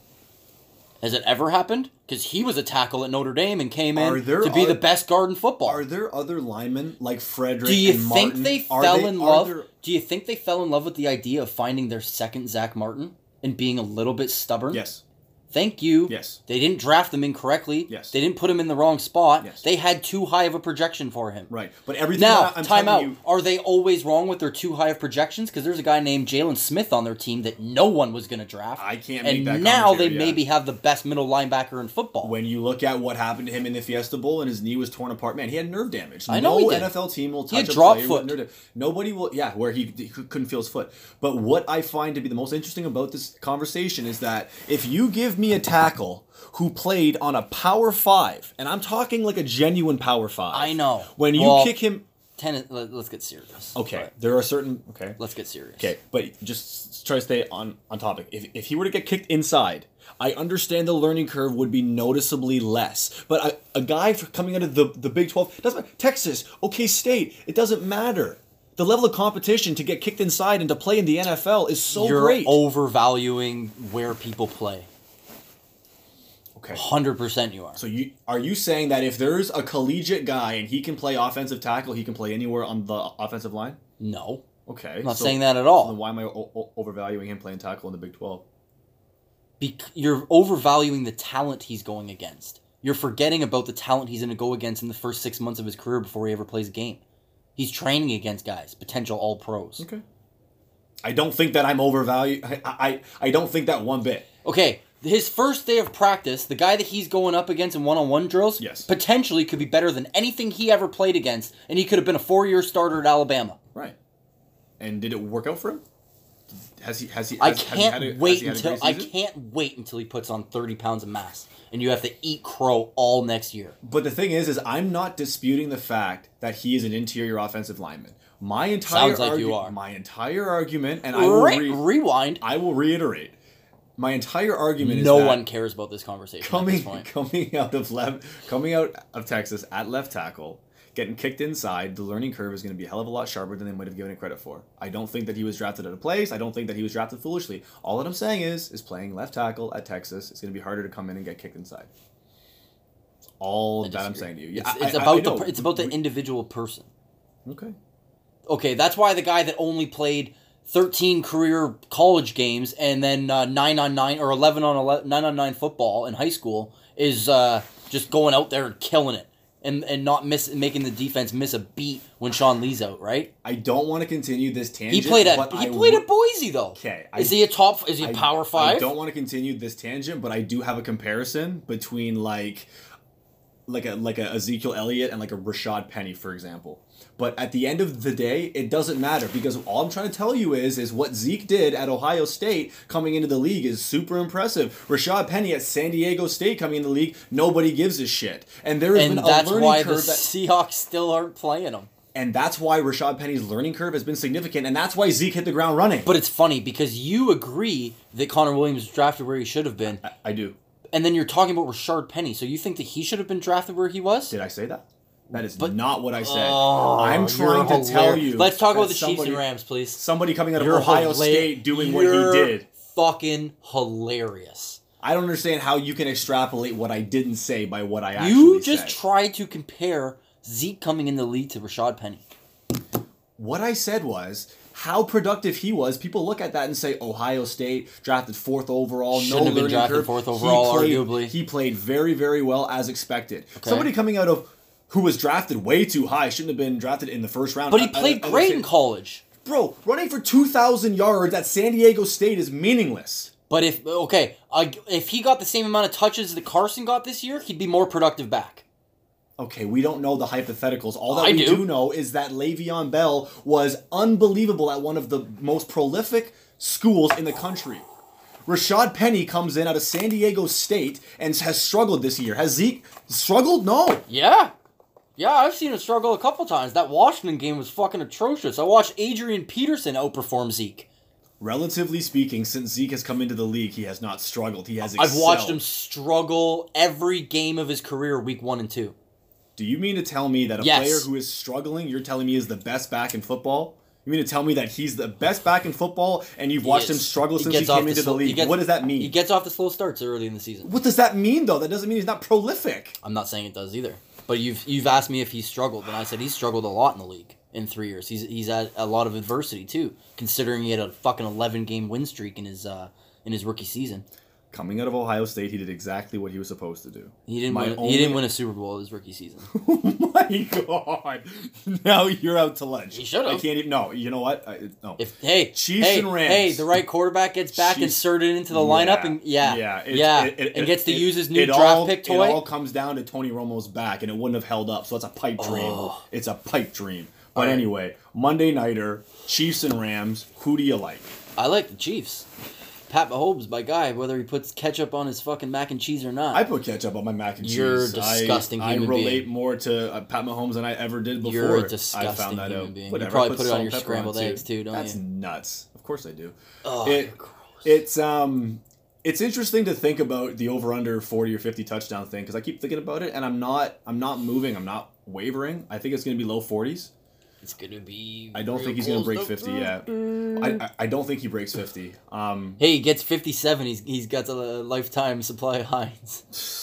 Has it ever happened? Because he was a tackle at Notre Dame and came
Are
in
there
to be
oth-
the best guard in football.
Are there other linemen like Frederick
do you
and
think
Martin?
they
Are
fell in
are
love?
there-
Do you think they fell in love with the idea of finding their second Zach Martin and being a little bit stubborn?
Yes.
Thank you.
Yes.
They didn't draft them incorrectly.
Yes.
They didn't put him in the wrong spot.
Yes.
They had too high of a projection for him.
Right, but everything
Now,
that I'm
time out.
telling you,
Are they always wrong with their too high of projections? Because there's a guy named Jalen Smith on their team that no one was going to draft.
I can't make
And
that
now they
commentary, yeah.
maybe have the best middle linebacker in football.
when you look at what happened to him in the Fiesta Bowl and his knee was torn apart, man, he had nerve damage.
I know
no
he did.
NFL team will
He had
touch a
drop
player
foot.
with nerve damage. Nobody will. Yeah, where he, he cou- couldn't feel his foot. But what I find to be the most interesting about this conversation is that if you give me a tackle who played on a Power Five, and I'm talking like a genuine Power Five,
I know.
when you
Well-
kick him.
Ten, let, us get serious.
Okay,
But
there are certain. Okay,
let's get serious.
Okay, but just s- try to stay on on topic. If if he were to get kicked inside, I understand the learning curve would be noticeably less. But a, a guy f- coming out of the the Big Twelve doesn't matter. Texas, OK State, it doesn't matter. The level of competition to get kicked inside and to play in the NFL is so
You're
great.
overvaluing where people play.
okay.
100% you are.
So you are you saying that if there's a collegiate guy and he can play offensive tackle, he can play anywhere on the offensive line?
no.
Okay.
I'm not saying that at all.
Then why am I o- o- overvaluing him playing tackle in the Big Twelve?
Bec- you're overvaluing the talent he's going against. You're forgetting about the talent he's going to go against in the first six months of his career before he ever plays a game. He's training against guys, potential all pros. Okay.
Okay. I don't think that I'm overvalued. I, I I don't think that one bit.
his first day of practice, the guy that he's going up against in one on one drills,
Yes.
potentially could be better than anything he ever played against, and he could have been a four year starter at Alabama.
Right. And did it work out for him? Has he has he?
I
has- has he had
can't
a- has
wait
he had a
until
great
I
season?
can't wait until he puts on thirty pounds of mass, and you have to eat crow all next year.
But the thing is, is I'm not disputing the fact that he is an interior offensive lineman. My entire
Sounds like you
argu-
are.
My entire argument, and I will
Re-
re-
rewind.
I will reiterate. My entire argument
no
is that
one cares about this conversation at
coming
this point.
coming out of left coming out of Texas at left tackle, getting kicked inside, the learning curve is going to be a hell of a lot sharper than they might have given it credit for. I don't think that he was drafted at a place. I don't think that he was drafted foolishly. All that I'm saying is, is playing left tackle at Texas, it's going to be harder to come in and get kicked inside. All that I'm
disagree.
saying to you.
It's,
I-
it's
I- I
about the
know.
per- it's about the individual person.
Okay.
Okay, that's why the guy that only played 13 career college games and then uh, 9 on 9 or 11 on 11, 9 on 9 football in high school is uh, just going out there and killing it and and not miss making the defense miss a beat when Sean Lee's out, right?
I don't want to continue this tangent.
He played at
but
he
I
played
w-
at Boise though.
Okay, I-
Is he a top is he a
I-
power
I
5?
don't want to continue this tangent, but I do have a comparison between like like a like a Ezekiel Elliott and like a Rashad Penny, for example. But at the end of the day, it doesn't matter because all I'm trying to tell you is is what Zeke did at Ohio State coming into the league is super impressive. Rashad Penny at San Diego State coming in the league, nobody gives a shit. And there has
and
been
that's
a learning
why the
curve that
Seahawks still aren't playing him.
and that's why Rashad Penny's learning curve has been significant, and that's why Zeke hit the ground running.
But it's funny because you agree that Connor Williams was drafted where he should have been,
I do.
and then you're talking about Rashard Penny. So you think that he should have been drafted where he was?
Did I say that? That is not what I said.
Oh,
I'm trying to
you're
tell
hilarious.
you.
Let's talk about the
that
Chiefs
somebody-
and Rams, please.
Somebody coming out of
You're
Ohio
hila-
State doing what
you're
he did.
Fucking hilarious.
I don't understand how you can extrapolate what I didn't say by what I actually
You just
said.
tried to compare Zeke coming in the lead to Rashad Penny.
what I said was how productive he was. People look at that and say Ohio State drafted fourth overall.
Shouldn't
no
have been
learning
drafted
curve.
fourth overall,
He played,
arguably.
he played very, very well as expected. Somebody coming out of who was drafted way too high shouldn't have been drafted in the first round.
But he
I- I-
played
I- I-
great in college.
Bro, running for two thousand yards at San Diego State is meaningless.
But if okay, I, if he got the same amount of touches that Carson got this year, he'd be more productive back.
Okay, we don't know the hypotheticals. All that
I
we
do.
do. know is that Le'Veon Bell was unbelievable at one of the most prolific schools in the country. Rashad Penny comes in out of San Diego State and has struggled this year. Has Zeke struggled? No.
Yeah, Yeah, I've seen him struggle a couple times. That Washington game was fucking atrocious. I watched Adrian Peterson outperform Zeke.
Relatively speaking, since Zeke has come into the league, he has not struggled. He has.
I've watched
excelled.
him struggle every game of his career, week one and two.
Do you mean to tell me that a
Yes.
player who is struggling, you're telling me is the best back in football? You mean to tell me that he's the best back in football and you've watched him
is-
struggle
he
since he
gets off
came
the
into the
slow- he
league?
gets-
what does that mean?
He gets off the slow starts early in the season.
what does that mean though? That doesn't mean he's not prolific.
I'm not saying it does either. But you've you've asked me if he struggled, and I said he's struggled a lot in the league in three years. He's he's had a lot of adversity too, considering he had a fucking 11 game win streak in his uh in his rookie season.
Coming out of Ohio State, he did exactly what he was supposed to do.
He didn't
My
win,
only-
he didn't win a Super Bowl his rookie season.
Oh my god! Now you're out to lunch.
He should've.
I can't even. No, you know what? I, no.
If hey
Chiefs
hey,
and Rams.
hey, the right quarterback gets back
Chiefs-
inserted into the lineup,
Yeah.
and yeah,
yeah,
yeah,
it's- it- it-
and
it-
gets to
it-
use his new
it
draft
all-
pick
It
toy.
all comes down to Tony Romo's back, and it wouldn't have held up. So that's a pipe dream.
Oh.
It's a pipe dream. But
All right.
anyway, Monday nighter, Chiefs and Rams. Who do you like?
I like the Chiefs. Pat Mahomes, my guy, whether he puts ketchup on his fucking mac and cheese or not.
I put ketchup on my mac and cheese.
You're a
I-
disgusting
I,
human
relate
being.
more to uh, Pat Mahomes than I ever did before.
You're a
I found
disgusting
that
human
out.
being. You
Whatever,
probably
I
put it
salt
on
and
your
pepper
scrambled eggs, too, don't
That's
you?
nuts. Of course I do.
oh,
it-
you're gross.
It's um it's interesting to think about the over under 40 or 50 touchdown thing cuz I keep thinking about it and I'm not I'm not moving, I'm not wavering. I think it's going to be low 40s.
It's gonna be.
I don't
real
think he's going to
close
break 50 yet. I, I I don't think he breaks 50. Um
Hey, he gets fifty-seven. He's he's got a lifetime supply of Heinz.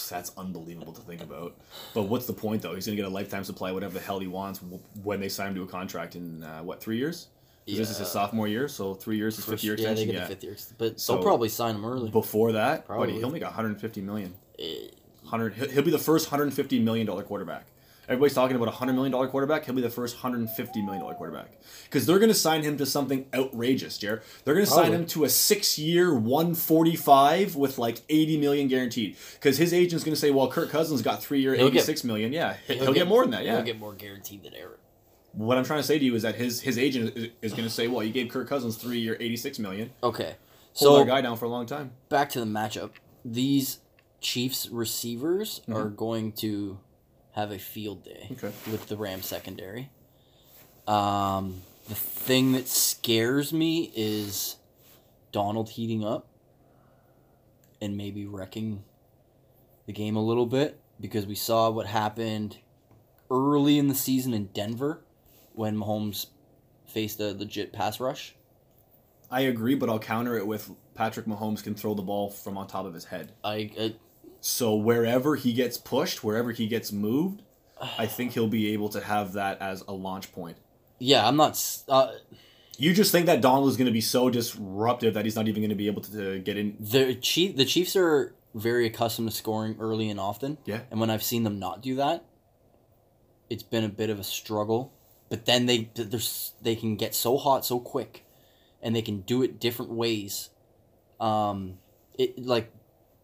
that's unbelievable to think about. But what's the point though? He's going to get a lifetime supply of whatever the hell he wants w- when they sign him to a contract in uh, what, 3 years? 'Cause This is his
Yeah.
sophomore year, so 3 years is 50 year
yeah, they
extension.
get
Yeah.
the fifth year, but
So-
they'll probably sign him early.
Before that, buddy,
Probably.
he'll make 150 million.
Eh,
hundred. He'll, he'll be the first hundred fifty million dollar quarterback. Everybody's talking about a hundred million dollar quarterback. He'll be the first hundred fifty million dollar quarterback because they're going to sign him to something outrageous, Jer. They're going to sign
Probably.
him to a six year one forty five with like eighty million guaranteed because his agent's going to say, "Well, Kirk Cousins got three year
He'll
eighty
get-
six million. Yeah, he'll, he'll get, more than that. Yeah.
he'll get more guaranteed than Eric.
what I'm trying to say to you is that his his agent is, is going to say, "Well, you gave Kirk Cousins three year eighty six million.
Okay,
Hold
so
our guy down for a long time.
back to the matchup. These Chiefs receivers are going to have a field day
Okay.
with the Rams secondary. Um, the thing that scares me is Donald heating up and maybe wrecking the game a little bit because we saw what happened early in the season in Denver when Mahomes faced a legit pass rush.
I agree, but I'll counter it with Patrick Mahomes can throw the ball from on top of his head.
I, I
So wherever he gets pushed, wherever he gets moved, I think he'll be able to have that as a launch point.
yeah, I'm not. s- Uh,
You just think that Donald is going to be so disruptive that he's not even going to be able to, to get in.
the chief the Chiefs are very accustomed to scoring early and often.
Yeah.
And when I've seen them not do that, it's been a bit of a struggle. But then they they're, s- they can get so hot so quick, and they can do it different ways. Um, it like,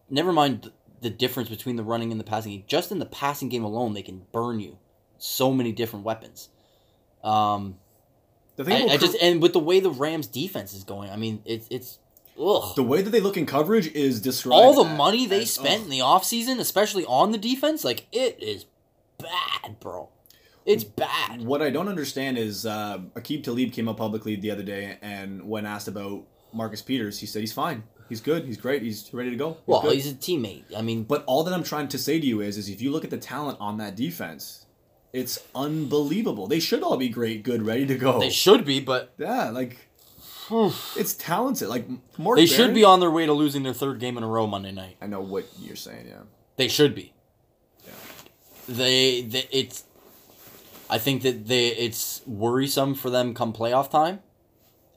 never mind th- the difference between the running and the passing game. Just in the passing game alone, they can burn you. So many different weapons. Um,
The thing
I,
about
I
Kirk-
just and with the way the Rams defense is going, I mean, it's it's ugh
the way that they look in coverage is described.
all the
as-
money they
as-
spent in
ugh.
the offseason, especially on the defense, like it is bad, bro. It's bad.
What I don't understand is uh, Akib Talib came up publicly the other day, and when asked about Marcus Peters, he said he's fine, he's good, he's great, he's ready to go. He's
Well,
good."
he's a teammate. I mean,
But all that I'm trying to say to you is, is if you look at the talent on that defense, it's unbelievable. They should all be great, good, ready to go.
they should be, but
yeah, like it's talented. Like Mark
they should
Barron-
be on their way to losing their third game in a row Monday night.
I know what you're saying. Yeah,
They should be.
Yeah.
They, they it's I think that they it's worrisome for them come playoff time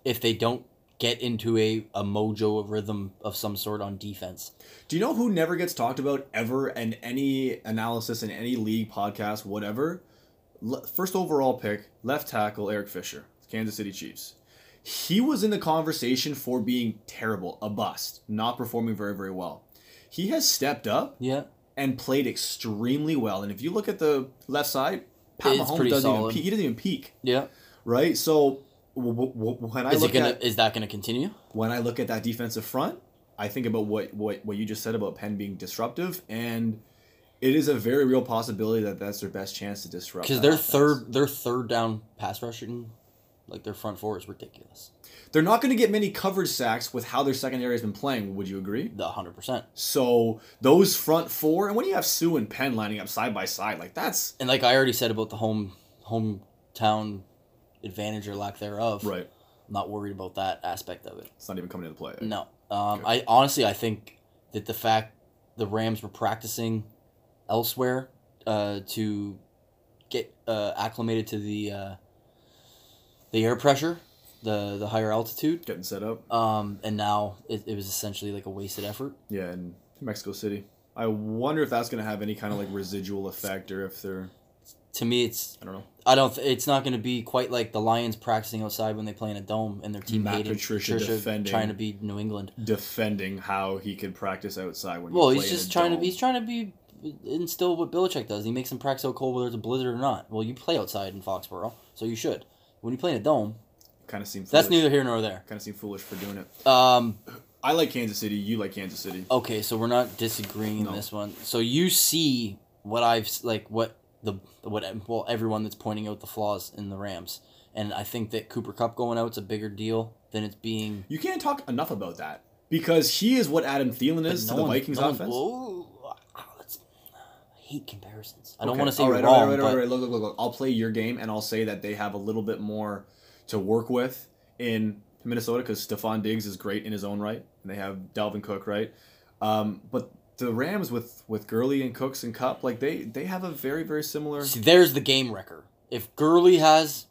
if they don't get into a, a mojo of rhythm of some sort on defense.
Do you know who never gets talked about ever in any analysis in any league podcast, whatever? Le- first overall pick, left tackle Eric Fisher, Kansas City Chiefs. He was in the conversation for being terrible, a bust, not performing very very well. He has stepped up
Yeah.
and played extremely well. And if you look at the left side, Pat
It's
Mahomes
pretty
doesn't even
solid.
peak. He doesn't even peak,
Yeah.
right? So w- w- w- when I
Is it
look
gonna
at
is that gonna continue?
when I look at that defensive front, I think about what what what you just said about Penn being disruptive and it is a very real possibility that that's their best chance to disrupt.
because
that
their
offense.
third their third down pass rushing, like their front four is ridiculous.
they're not going to get many coverage sacks with how their secondary has been playing. Would you agree?
The hundred percent.
So those front four, and when you have Sue and Penn lining up side by side, like that's
And like I already said about the home hometown advantage or lack thereof.
right.
I'm not worried about that aspect of it.
It's not even coming into play.
No. Um, I honestly I think that the fact the Rams were practicing elsewhere uh, to get uh, acclimated to the uh, the air pressure, the the higher altitude,
Getting set up.
um, and now it, it was essentially like a wasted effort.
Yeah, in Mexico City. I wonder if that's going to have any kind of like residual effect, or if they're
To me, it's
I don't know.
I don't. Th- it's not going to be quite like the Lions practicing outside when they play in a dome and their team
Matt
hated
Patricia defending-
trying to beat New England.
defending how he could practice outside when. you
Well,
play
he's
in a
just trying to
dome.
be. He's trying to be instill what Belichick does. He makes them practice out cold whether it's a blizzard or not. Well, you play outside in Foxborough, so you should. When you play in a dome,
kind of seem. Foolish.
that's neither here nor there.
Kind of seem foolish for doing it.
Um,
I like Kansas City. You like Kansas City.
okay, so we're not disagreeing
No.
in this one. So you see what I've s- like what the what well everyone that's pointing out the flaws in the Rams, and I think that Cooper Cup going out's a bigger deal than it's being.
You can't talk enough about that because he is what Adam Thielen is to
No
the
one-
Vikings
no one-
offense.
whoa, ah, that's- I hate comparisons. I don't
Okay,
want to say
all
you're
right,
wrong,
All right, all right,
but
all right. Look, look, look, look. I'll play your game, and I'll say that they have a little bit more to work with in Minnesota because Stephon Diggs is great in his own right, and they have Dalvin Cook, right? Um, but the Rams with with Gurley and Cooks and Cup, like they they have a very very similar.
See, there's the game wrecker. If Gurley has,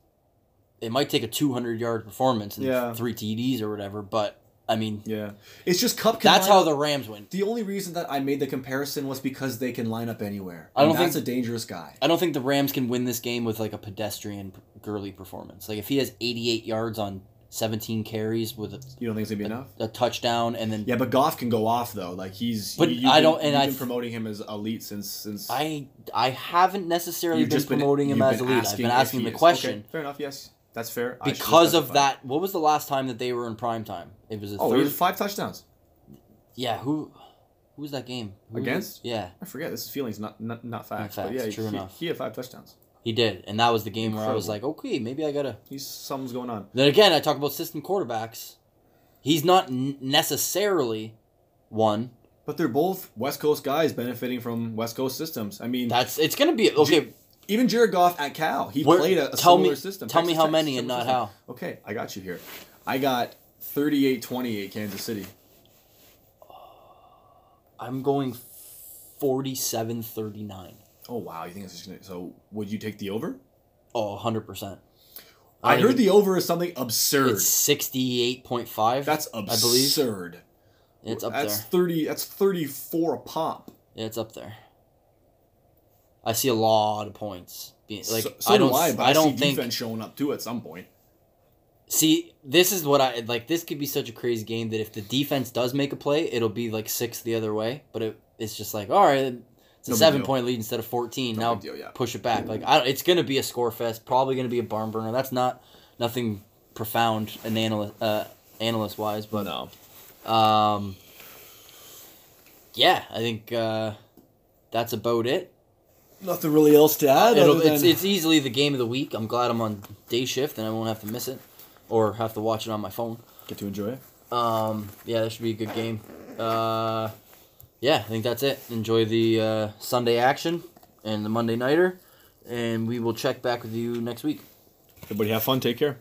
it might take a 200 yard performance and
Yeah.
three TDs or whatever, but I mean,
Yeah, it's just Cup.
that's how the Rams win.
The only reason that I made the comparison was because they can line up anywhere.
I don't
and that's
think-
a dangerous guy.
I don't think the Rams can win this game with like a pedestrian p- Gurley performance. Like if he has 88 yards on 17 carries with a,
You don't think it's gonna be enough?
a touchdown and then
Yeah, but Goff can go off though. Like he's.
But
you, you've
I
been-
don't- and
you've
I-
been promoting him as elite since since.
I I haven't necessarily
You've
been
just been-
promoting him
you've
as a
been
lead. I've been
if
asking
he
the
is.
question
Okay, fair enough. Yes, that's fair. I should have
because of
specified.
that. What was the last time that they were in prime time? It was a
Oh, he
third.
had five touchdowns.
yeah, who who was that game? Who was-
Against?
yeah.
I forget. This is feelings, not not, not facts.
facts,
But yeah,
true
he,
enough.
he had five touchdowns.
He did, and that was the game where I was like,
Incredible.
okay, maybe I gotta.
He's something's going on.
Then again, I talk about system quarterbacks. He's not n- necessarily one.
But they're both West Coast guys benefiting from West Coast systems. I mean,
That's it's gonna be okay.
even Jared Goff at Cal, he
Where-
played a, a
tell
similar
me-
system.
tell me how many
Tech,
and
similar
not how.
Okay, I got you here. I got 38-28 Kansas City.
I'm going 47-39.
Oh wow, you think it's just gonna? So would you take the over?
Oh, 100 percent.
I, heard the over is something absurd.
it's 68.5.
That's
I believe
absurd.
it's up
that's
there.
thirty. That's thirty-four a pop.
Yeah, it's up there. I see a lot of points. Being, like
so, so
I don't,
do I,
s-
but
I don't
see
think
defense showing up too at some point.
See, this is what I like. This could be such a crazy game that if the defense does make a play, it'll be like six the other way. But it, it's just like, all right, it's a
No big
seven
deal.
point lead instead of 14.
No
now
big deal, yeah.
push it back. Like, I don't, it's going to be a score fest, probably going to be a barn burner. That's not nothing profound an analyst, uh, analyst wise, but uh,
no,
um, yeah, I think uh, that's about it.
nothing really else to add.
It'll,
other than-
it's, it's easily the game of the week. I'm glad I'm on day shift and I won't have to miss it or have to watch it on my phone.
get to enjoy it.
Um, yeah, that should be a good game. Uh, yeah, I think that's it. Enjoy the uh, Sunday action and the Monday nighter, and we will check back with you next week.
Everybody have fun. Take care.